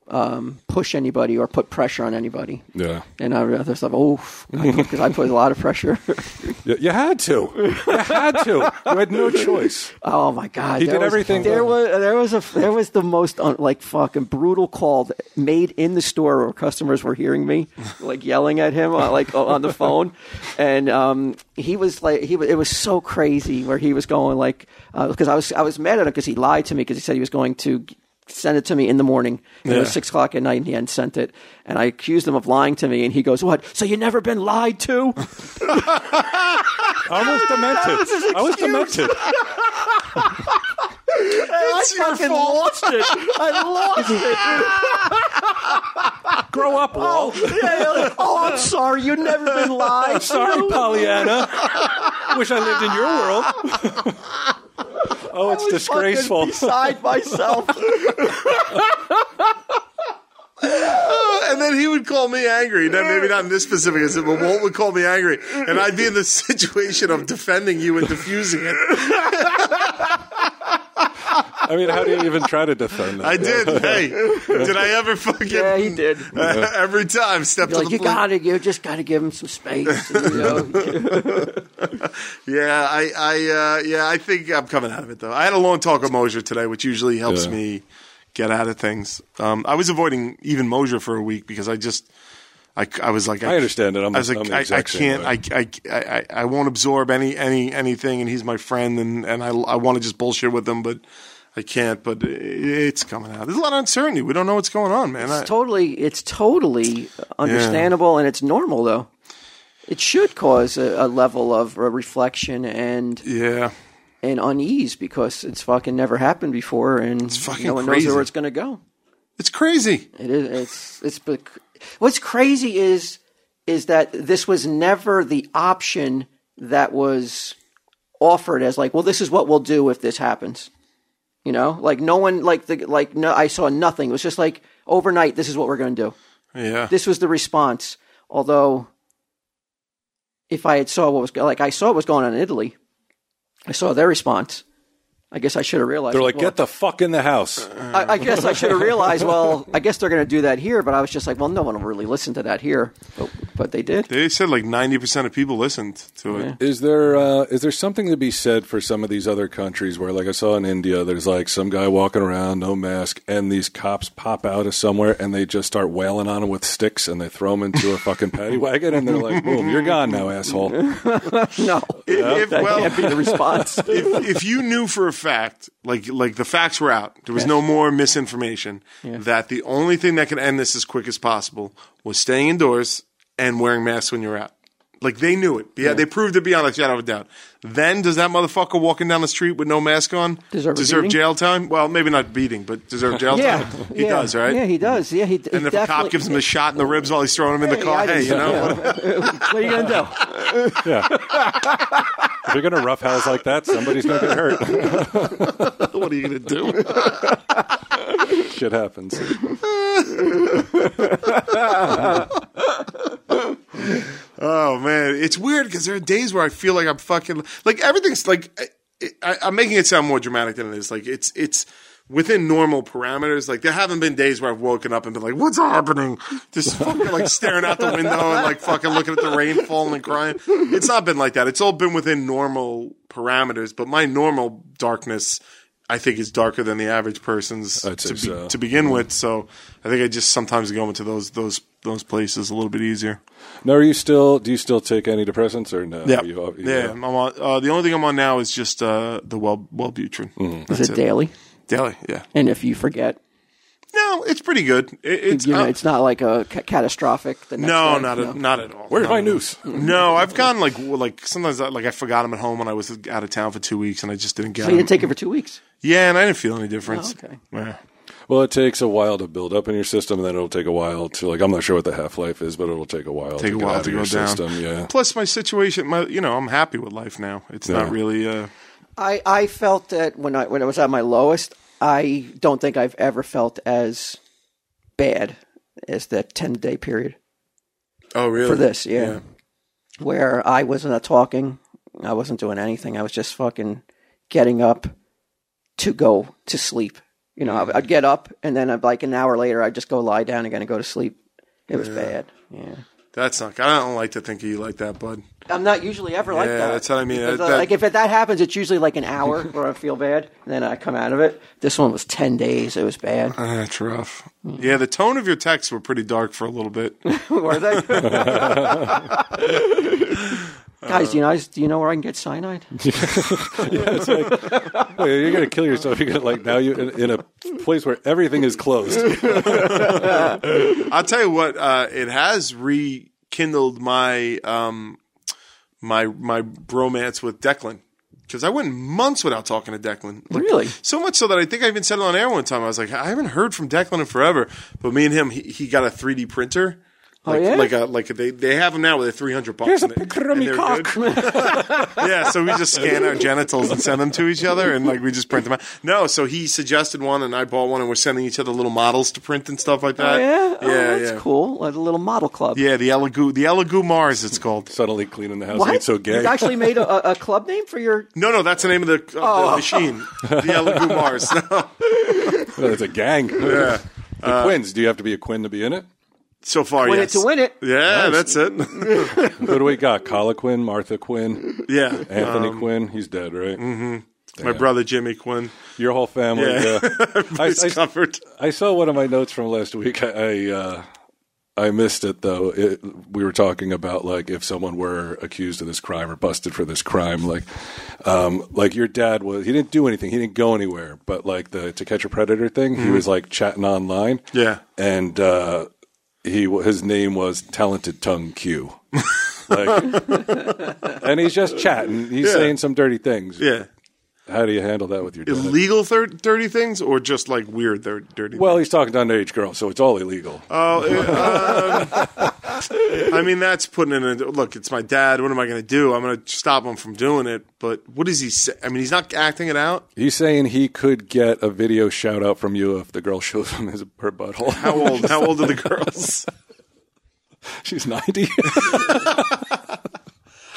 Speaker 1: um, push anybody or put pressure on anybody.
Speaker 4: Yeah,
Speaker 1: And I was like, oh, because I put a lot of pressure. [laughs]
Speaker 4: you, you had to, you had to. You had no choice.
Speaker 1: Oh my god!
Speaker 4: He
Speaker 1: there
Speaker 4: did
Speaker 1: was-
Speaker 4: everything
Speaker 1: There
Speaker 4: wrong.
Speaker 1: was there was a there was the most un, like fucking brutal call that- made in the store where customers were hearing me like yelling at him uh, like on the phone, and um, he was like he was- it was so crazy where he was going like because I was I was mad at him because he lied to me because he said he was going to send it to me in the morning. And It was
Speaker 2: Yeah.
Speaker 1: six o'clock at night and he hadn't sent it, and I accused him of lying to me, and he goes, "What? So you never been lied to?"
Speaker 4: I
Speaker 1: [laughs]
Speaker 4: was demented. I was demented.
Speaker 2: It's
Speaker 1: I
Speaker 2: your
Speaker 1: fucking
Speaker 2: fault.
Speaker 1: lost it. I
Speaker 4: [laughs]
Speaker 1: lost it.
Speaker 4: Grow up, Walt.
Speaker 1: Yeah, you're like, oh, I'm sorry. You've never been lied.
Speaker 4: Sorry, [laughs]
Speaker 1: to."
Speaker 4: Pollyanna. Wish I lived in your world. [laughs] oh,
Speaker 1: I
Speaker 4: it's
Speaker 1: was
Speaker 4: disgraceful.
Speaker 1: fucking Beside myself.
Speaker 2: and then he would call me angry. Then maybe not in this specific instance, but Walt would call me angry, and I'd be in the situation of defending you and diffusing it.
Speaker 4: I mean, how do you even try to defend that?
Speaker 2: I [laughs] did. Hey, did I ever fucking?
Speaker 1: yeah, he did.
Speaker 2: [laughs] Every time,
Speaker 1: [laughs]
Speaker 2: step
Speaker 1: You're
Speaker 2: to
Speaker 1: like,
Speaker 2: the
Speaker 1: you
Speaker 2: plate.
Speaker 1: gotta, you just gotta give him some space. You know?
Speaker 2: Yeah, I, I, uh, yeah, I think I'm coming out of it though. I had a long talk with Mosier today, which usually helps
Speaker 4: Yeah.
Speaker 2: me get out of things. Um, I was avoiding even Mosier for a week because I just, I, I was like,
Speaker 4: I understand it. I'm
Speaker 2: I
Speaker 4: the-
Speaker 2: was like,
Speaker 4: I'm the
Speaker 2: I- I,
Speaker 4: exact same
Speaker 2: can't,
Speaker 4: way.
Speaker 2: I, I, I, I- I won't absorb any, any, anything, and he's my friend, and and I, I want to just bullshit with him, but I can't. But i- it's coming out. There's a lot of uncertainty. We don't know what's going on, man. I-
Speaker 1: it's totally, it's totally understandable, and it's normal though. It should cause a, a level of uh, reflection and
Speaker 2: yeah,
Speaker 1: and unease because it's fucking never happened before, and
Speaker 2: fucking
Speaker 1: no one
Speaker 2: crazy.
Speaker 1: knows where it's gonna go.
Speaker 2: it's crazy.
Speaker 1: It is. It's. It's. bec- What's crazy is is that this was never the option that was offered as like, well, this is what we'll do if this happens. You know, like no one like the like no. I saw nothing. It was just like overnight. This is what we're going to do.
Speaker 2: Yeah,
Speaker 1: This was the response. Although, if I had saw what was go- like, I saw what was going on in Italy. I saw their response. I guess I should have realized.
Speaker 4: They're like,
Speaker 1: well,
Speaker 4: get the fuck in the house.
Speaker 1: I, I
Speaker 2: [laughs]
Speaker 1: guess I should have realized. Well, I guess they're going to do that here, but I was just like, well, no one will really listen to that here. But but they did.
Speaker 2: They said like ninety percent of people listened to it.
Speaker 4: Is there uh, is there something to be said for some of these other countries where, like I saw in India, there's like some guy walking around no mask, and these cops pop out of somewhere and they just start wailing on him with sticks and they throw him into a [laughs] fucking paddy wagon and they're like, "Boom, you're gone now, asshole."
Speaker 1: No,
Speaker 2: If,
Speaker 1: that
Speaker 2: [laughs] well,
Speaker 1: can't be the response.
Speaker 2: if, if you knew for a fact, like like the facts were out, there was no more misinformation. That the only thing that can end this as quick as possible was staying indoors and wearing masks when you're out. Like they knew it. Yeah, they proved it beyond a shadow of a doubt. Then does that motherfucker walking down the street with no mask on
Speaker 1: Deserve a beating?
Speaker 2: jail time? Well, maybe not beating, but deserve jail
Speaker 1: yeah,
Speaker 2: time. [laughs] He
Speaker 1: yeah.
Speaker 2: does, right?
Speaker 1: Yeah, he does. Yeah, he.
Speaker 2: and if a cop gives him a shot in the ribs while he's throwing him in the car, hey, you know,
Speaker 1: [laughs]
Speaker 2: what-
Speaker 1: what are you gonna
Speaker 2: [laughs]
Speaker 1: do?
Speaker 4: yeah. if you're gonna roughhouse like that, somebody's gonna get hurt.
Speaker 2: what, are you going to do?
Speaker 4: [laughs] Shit happens.
Speaker 2: Oh man, it's weird because there are days where I feel like I'm fucking like everything's like I, I, I'm making it sound more dramatic than it is. Like it's it's within normal parameters. Like there haven't been days where I've woken up and been like, "What's happening?" Just fucking like staring out the window and like fucking looking at the rain falling and crying. It's not been like that. It's all been within normal parameters. But my normal darkness, I think, is darker than the average person's
Speaker 4: I'd
Speaker 2: to,
Speaker 4: say
Speaker 2: be,
Speaker 4: so.
Speaker 2: to begin with. So I think I just sometimes go into those those those places a little bit easier.
Speaker 4: Now, are you still? Do you still take antidepressants or no?
Speaker 2: Yeah,
Speaker 4: You, you-
Speaker 2: yeah. I'm on, uh, the only thing I'm on now is just uh, the well Wellbutrin.
Speaker 4: Mm-hmm.
Speaker 2: That's
Speaker 1: Is it daily?
Speaker 2: Daily, yeah.
Speaker 1: And if you forget,
Speaker 2: No, it's pretty good. It, it's
Speaker 1: you know,
Speaker 2: uh,
Speaker 1: it's not like a ca- catastrophic. The next
Speaker 2: no,
Speaker 1: day,
Speaker 2: not at not at all.
Speaker 4: Where's
Speaker 2: Not
Speaker 4: my
Speaker 2: at all.
Speaker 4: noose?
Speaker 2: No, I've gone like w- like sometimes I, like I forgot them at home when I was out of town for two weeks and I just didn't get
Speaker 1: So you
Speaker 2: them.
Speaker 1: didn't take it for two weeks.
Speaker 2: yeah, and I didn't feel any difference.
Speaker 1: Oh, okay.
Speaker 2: Yeah.
Speaker 4: Well, it takes a while to build up in your system, and then it'll take a while to like. I'm not sure what the half life is, but it'll take a while.
Speaker 2: Take
Speaker 4: to
Speaker 2: a
Speaker 4: get
Speaker 2: while
Speaker 4: out
Speaker 2: to
Speaker 4: of
Speaker 2: go
Speaker 4: your
Speaker 2: down.
Speaker 4: system. Yeah.
Speaker 2: Plus, my situation, my you know, I'm happy with life now. It's not really. Uh,
Speaker 1: I, I felt that when I when I was at my lowest, I don't think I've ever felt as bad as that ten day period
Speaker 2: oh, really?
Speaker 1: for this. Yeah. where I was not talking, I wasn't doing anything. I was just fucking getting up to go to sleep. You know, I'd- I'd get up and then I'd, like an hour later, I'd just go lie down again and go to sleep. It was bad. Yeah.
Speaker 2: That's not. I don't like to think of you like that, bud.
Speaker 1: I'm not usually ever like
Speaker 2: Yeah,
Speaker 1: that.
Speaker 2: that's what I mean.
Speaker 1: Because,
Speaker 2: That-
Speaker 1: uh,
Speaker 2: that-
Speaker 1: like if it, that happens, it's usually like an
Speaker 2: [laughs]
Speaker 1: hour where I feel bad, and then I come out of it. This one was ten days. It was bad. [laughs]
Speaker 4: Ah,
Speaker 2: That's rough. Yeah, the tone of your texts were pretty dark for a little bit.
Speaker 1: Were
Speaker 2: [laughs]
Speaker 1: they? Guys,
Speaker 2: Uh,
Speaker 1: do you know? Do you know where I can get
Speaker 2: [laughs]
Speaker 1: cyanide?
Speaker 4: Well, you're gonna kill yourself. You're gonna like now you in, in a place where everything is closed.
Speaker 2: I'll tell you what, uh, it has rekindled my um, my my bromance with Declan because I went months without talking to Declan. Like,
Speaker 1: Really?
Speaker 2: So much so that I think I even said it on air one time. I was like, I haven't heard from Declan in forever. But me and him, he, he got a 3D printer. Like,
Speaker 1: yeah?
Speaker 2: like a like a, they they have them now with a three hundred bucks. Here's
Speaker 4: a picture of me cock.
Speaker 2: yeah, so we just scan our genitals and send them to each other, and like we just print them out. No, so he suggested one, and I bought one, and we're sending each other little models to print and stuff like that.
Speaker 1: Oh, yeah, oh,
Speaker 2: yeah,
Speaker 1: that's
Speaker 2: yeah.
Speaker 1: cool. Like a little model club.
Speaker 2: Yeah, the Elegoo, the Elegoo Mars, it's called.
Speaker 4: Suddenly cleaning the house
Speaker 1: What?
Speaker 4: ain't so gay.
Speaker 1: You've actually made a, a- a club name for
Speaker 4: [laughs]
Speaker 1: your.
Speaker 2: No, no, that's the name of the, of the machine. The Elegoo Mars. [laughs] No.
Speaker 4: Well, [laughs] it's
Speaker 2: [laughs]
Speaker 4: a gang. Yeah. The
Speaker 2: Uh,
Speaker 4: Quins. Do you have to be a Quinn to be in it?
Speaker 2: So far,
Speaker 1: Win
Speaker 2: yes.
Speaker 1: it to win it.
Speaker 2: Yeah, that's it. [laughs]
Speaker 4: Who do we got? Kala Quinn, Martha Quinn,
Speaker 2: Yeah.
Speaker 4: Anthony Quinn. He's dead, right?
Speaker 2: My brother Jimmy Quinn
Speaker 4: Your whole family.
Speaker 2: mm. Yeah.
Speaker 4: Yeah.
Speaker 2: [laughs]
Speaker 4: I,
Speaker 2: is
Speaker 4: I,
Speaker 2: covered.
Speaker 4: I saw one of my notes from last week. I I, uh, I missed it though. It, we were talking about like if someone were accused of this crime or busted for this crime, like um, like your dad was. He didn't do anything. He didn't go anywhere. But like the to catch a predator thing, he was like chatting online.
Speaker 2: Mm-hmm. Yeah.
Speaker 4: and uh, he wa- his name was Talented
Speaker 2: [laughs]
Speaker 4: Tongue Q. like, and he's just chatting. He's saying some dirty things.
Speaker 2: Yeah.
Speaker 4: How do you handle that with your dad?
Speaker 2: Illegal thir- dirty things or just like weird thir- dirty
Speaker 4: well, he's talking to underage girls, so it's all illegal.
Speaker 2: I mean, that's putting it in. Look, it's my dad. What am I going to do? I'm going to stop him from doing it. But what does he say? I mean, he's not acting it out.
Speaker 4: He's saying he could get a video shout out from you if the girl shows him his her butthole.
Speaker 2: How old? How old are [laughs] the girls?
Speaker 4: [laughs] She's ninety.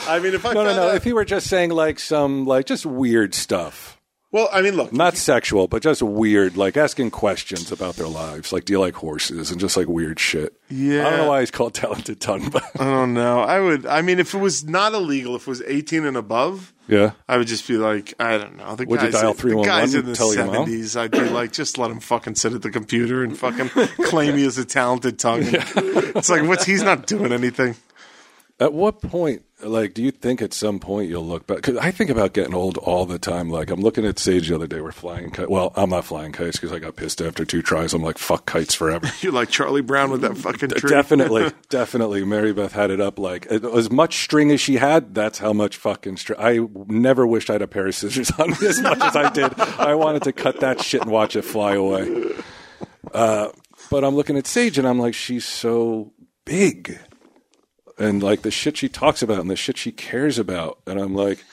Speaker 2: I mean, if I
Speaker 4: no, no,
Speaker 2: found
Speaker 4: no.
Speaker 2: out-
Speaker 4: If he were just saying like some like just weird stuff,
Speaker 2: Well, I mean, look,
Speaker 4: Not sexual, but just weird, like asking questions about their lives. Like, do you like horses? And just like weird shit. I don't
Speaker 2: Yeah.
Speaker 4: know why he's called Talented Ton, but [laughs]
Speaker 2: I don't know. I would. I mean, if it was not illegal, if it was eighteen and above,
Speaker 4: yeah.
Speaker 2: I would just be like, I don't know. The
Speaker 4: Would you
Speaker 2: guys,
Speaker 4: dial
Speaker 2: the
Speaker 4: 311
Speaker 2: guys in
Speaker 4: and
Speaker 2: the
Speaker 4: tell your mom?
Speaker 2: seventies, I'd be like, just let him fucking sit at the computer and
Speaker 4: [laughs]
Speaker 2: fucking claim he is a talented tongue. It's like, what's he's not doing anything.
Speaker 4: At what point, like, do you think at some point you'll look back? Because I think about getting old all the time. Like, I'm looking at Sage the other day. We're flying kites. Well, I'm not flying kites because I got pissed after two tries. I'm like, fuck kites forever.
Speaker 2: You're like Charlie Brown with that fucking
Speaker 4: [laughs]
Speaker 2: tree.
Speaker 4: definitely, definitely. Mary Beth had it up like as much string as she had. That's how much fucking string. I never wished I had a pair of scissors on me as much as I did. I wanted to cut that shit and watch it fly away. Uh, but I'm looking at Sage and I'm like, she's so big, and like the shit she talks about and the shit she cares about, and I'm like,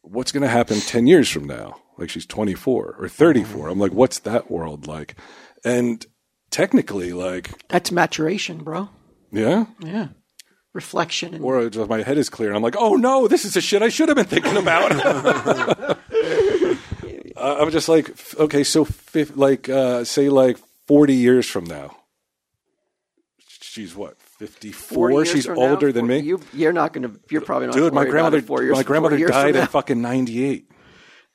Speaker 4: what's going to happen 10 years from now? Like she's 24 or 34. I'm like, what's that world like? And technically, like,
Speaker 1: That's maturation, bro.
Speaker 4: yeah.
Speaker 1: Yeah. Reflection and
Speaker 4: Or just my head is clear and I'm like, oh no, this is the shit I should have been thinking about. [laughs] I- I'm just like, f- okay, so fif- like, uh, say like 40 years from now, she's what, 54?
Speaker 1: 40 years
Speaker 4: she's
Speaker 1: from
Speaker 4: older
Speaker 1: now,
Speaker 4: than me.
Speaker 1: You, you're not going to. You're probably not.
Speaker 4: Dude, my
Speaker 1: worried about
Speaker 4: grandmother,
Speaker 1: it Four years,
Speaker 4: my
Speaker 1: four
Speaker 4: grandmother
Speaker 1: years from
Speaker 4: died
Speaker 1: now.
Speaker 4: at fucking 98.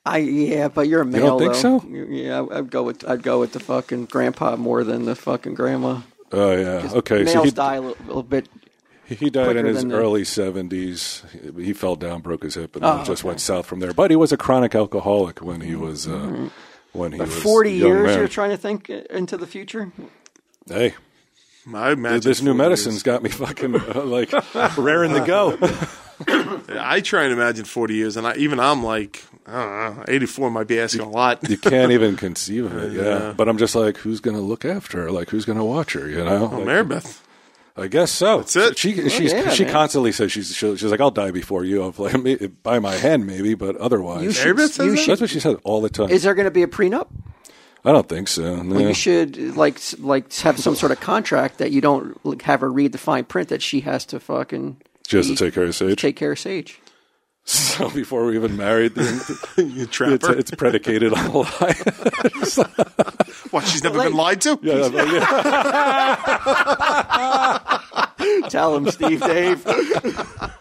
Speaker 1: I yeah, but you're a male.
Speaker 4: don't think
Speaker 1: though.
Speaker 4: so?
Speaker 1: Yeah, I- I'd go with I'd go with the fucking grandpa more than the fucking grandma.
Speaker 4: Oh yeah. Okay.
Speaker 1: Males
Speaker 4: So he,
Speaker 1: die a little, little bit.
Speaker 4: he died in
Speaker 1: quicker
Speaker 4: his
Speaker 1: than the-
Speaker 4: early 70s. He- He fell down, broke his hip, and
Speaker 1: Oh,
Speaker 4: then just went south from there. But he was a chronic alcoholic when he was, uh, when he was
Speaker 1: Mm-hmm. Forty
Speaker 4: a young
Speaker 1: years.
Speaker 4: man.
Speaker 1: You're trying to think into the future.
Speaker 4: Hey,
Speaker 2: I imagine
Speaker 4: this new
Speaker 2: 40
Speaker 4: medicine's got me fucking uh, like [laughs] raring to go.
Speaker 2: years- I try and imagine forty years, and I, even I'm like, I don't know, eighty four might be asking a lot.
Speaker 4: you can't even conceive of it. Yeah. But I'm just like, who's going to look after her? Like, who's going to watch her? You know? Like,
Speaker 2: Maribeth.
Speaker 4: I guess so. Oh. That's Oh,
Speaker 2: it.
Speaker 4: She she's,
Speaker 1: yeah,
Speaker 4: she
Speaker 1: man.
Speaker 4: constantly says she's she'll- she's like, I'll die before you. I'm like, [laughs] "Me- by my hand maybe, but otherwise.
Speaker 1: You should.
Speaker 2: Maribeth says
Speaker 1: You
Speaker 2: that?
Speaker 1: should.
Speaker 4: That's what she said all the time.
Speaker 1: Is there going to be a prenup?
Speaker 4: I don't think so. No.
Speaker 1: You should like s- like have some sort of contract that you don't like, have her read the fine print that she has to fucking
Speaker 4: She has to take care of Sage.
Speaker 1: take care of Sage.
Speaker 4: [laughs] so before we even married, [laughs] the,
Speaker 2: [laughs] You
Speaker 4: it's,
Speaker 2: trapper.
Speaker 4: it's predicated on a lie.
Speaker 2: what? She's never
Speaker 1: Like-
Speaker 2: been lied to.
Speaker 4: [laughs] Yeah, yeah.
Speaker 1: Tell him, Steve, Dave.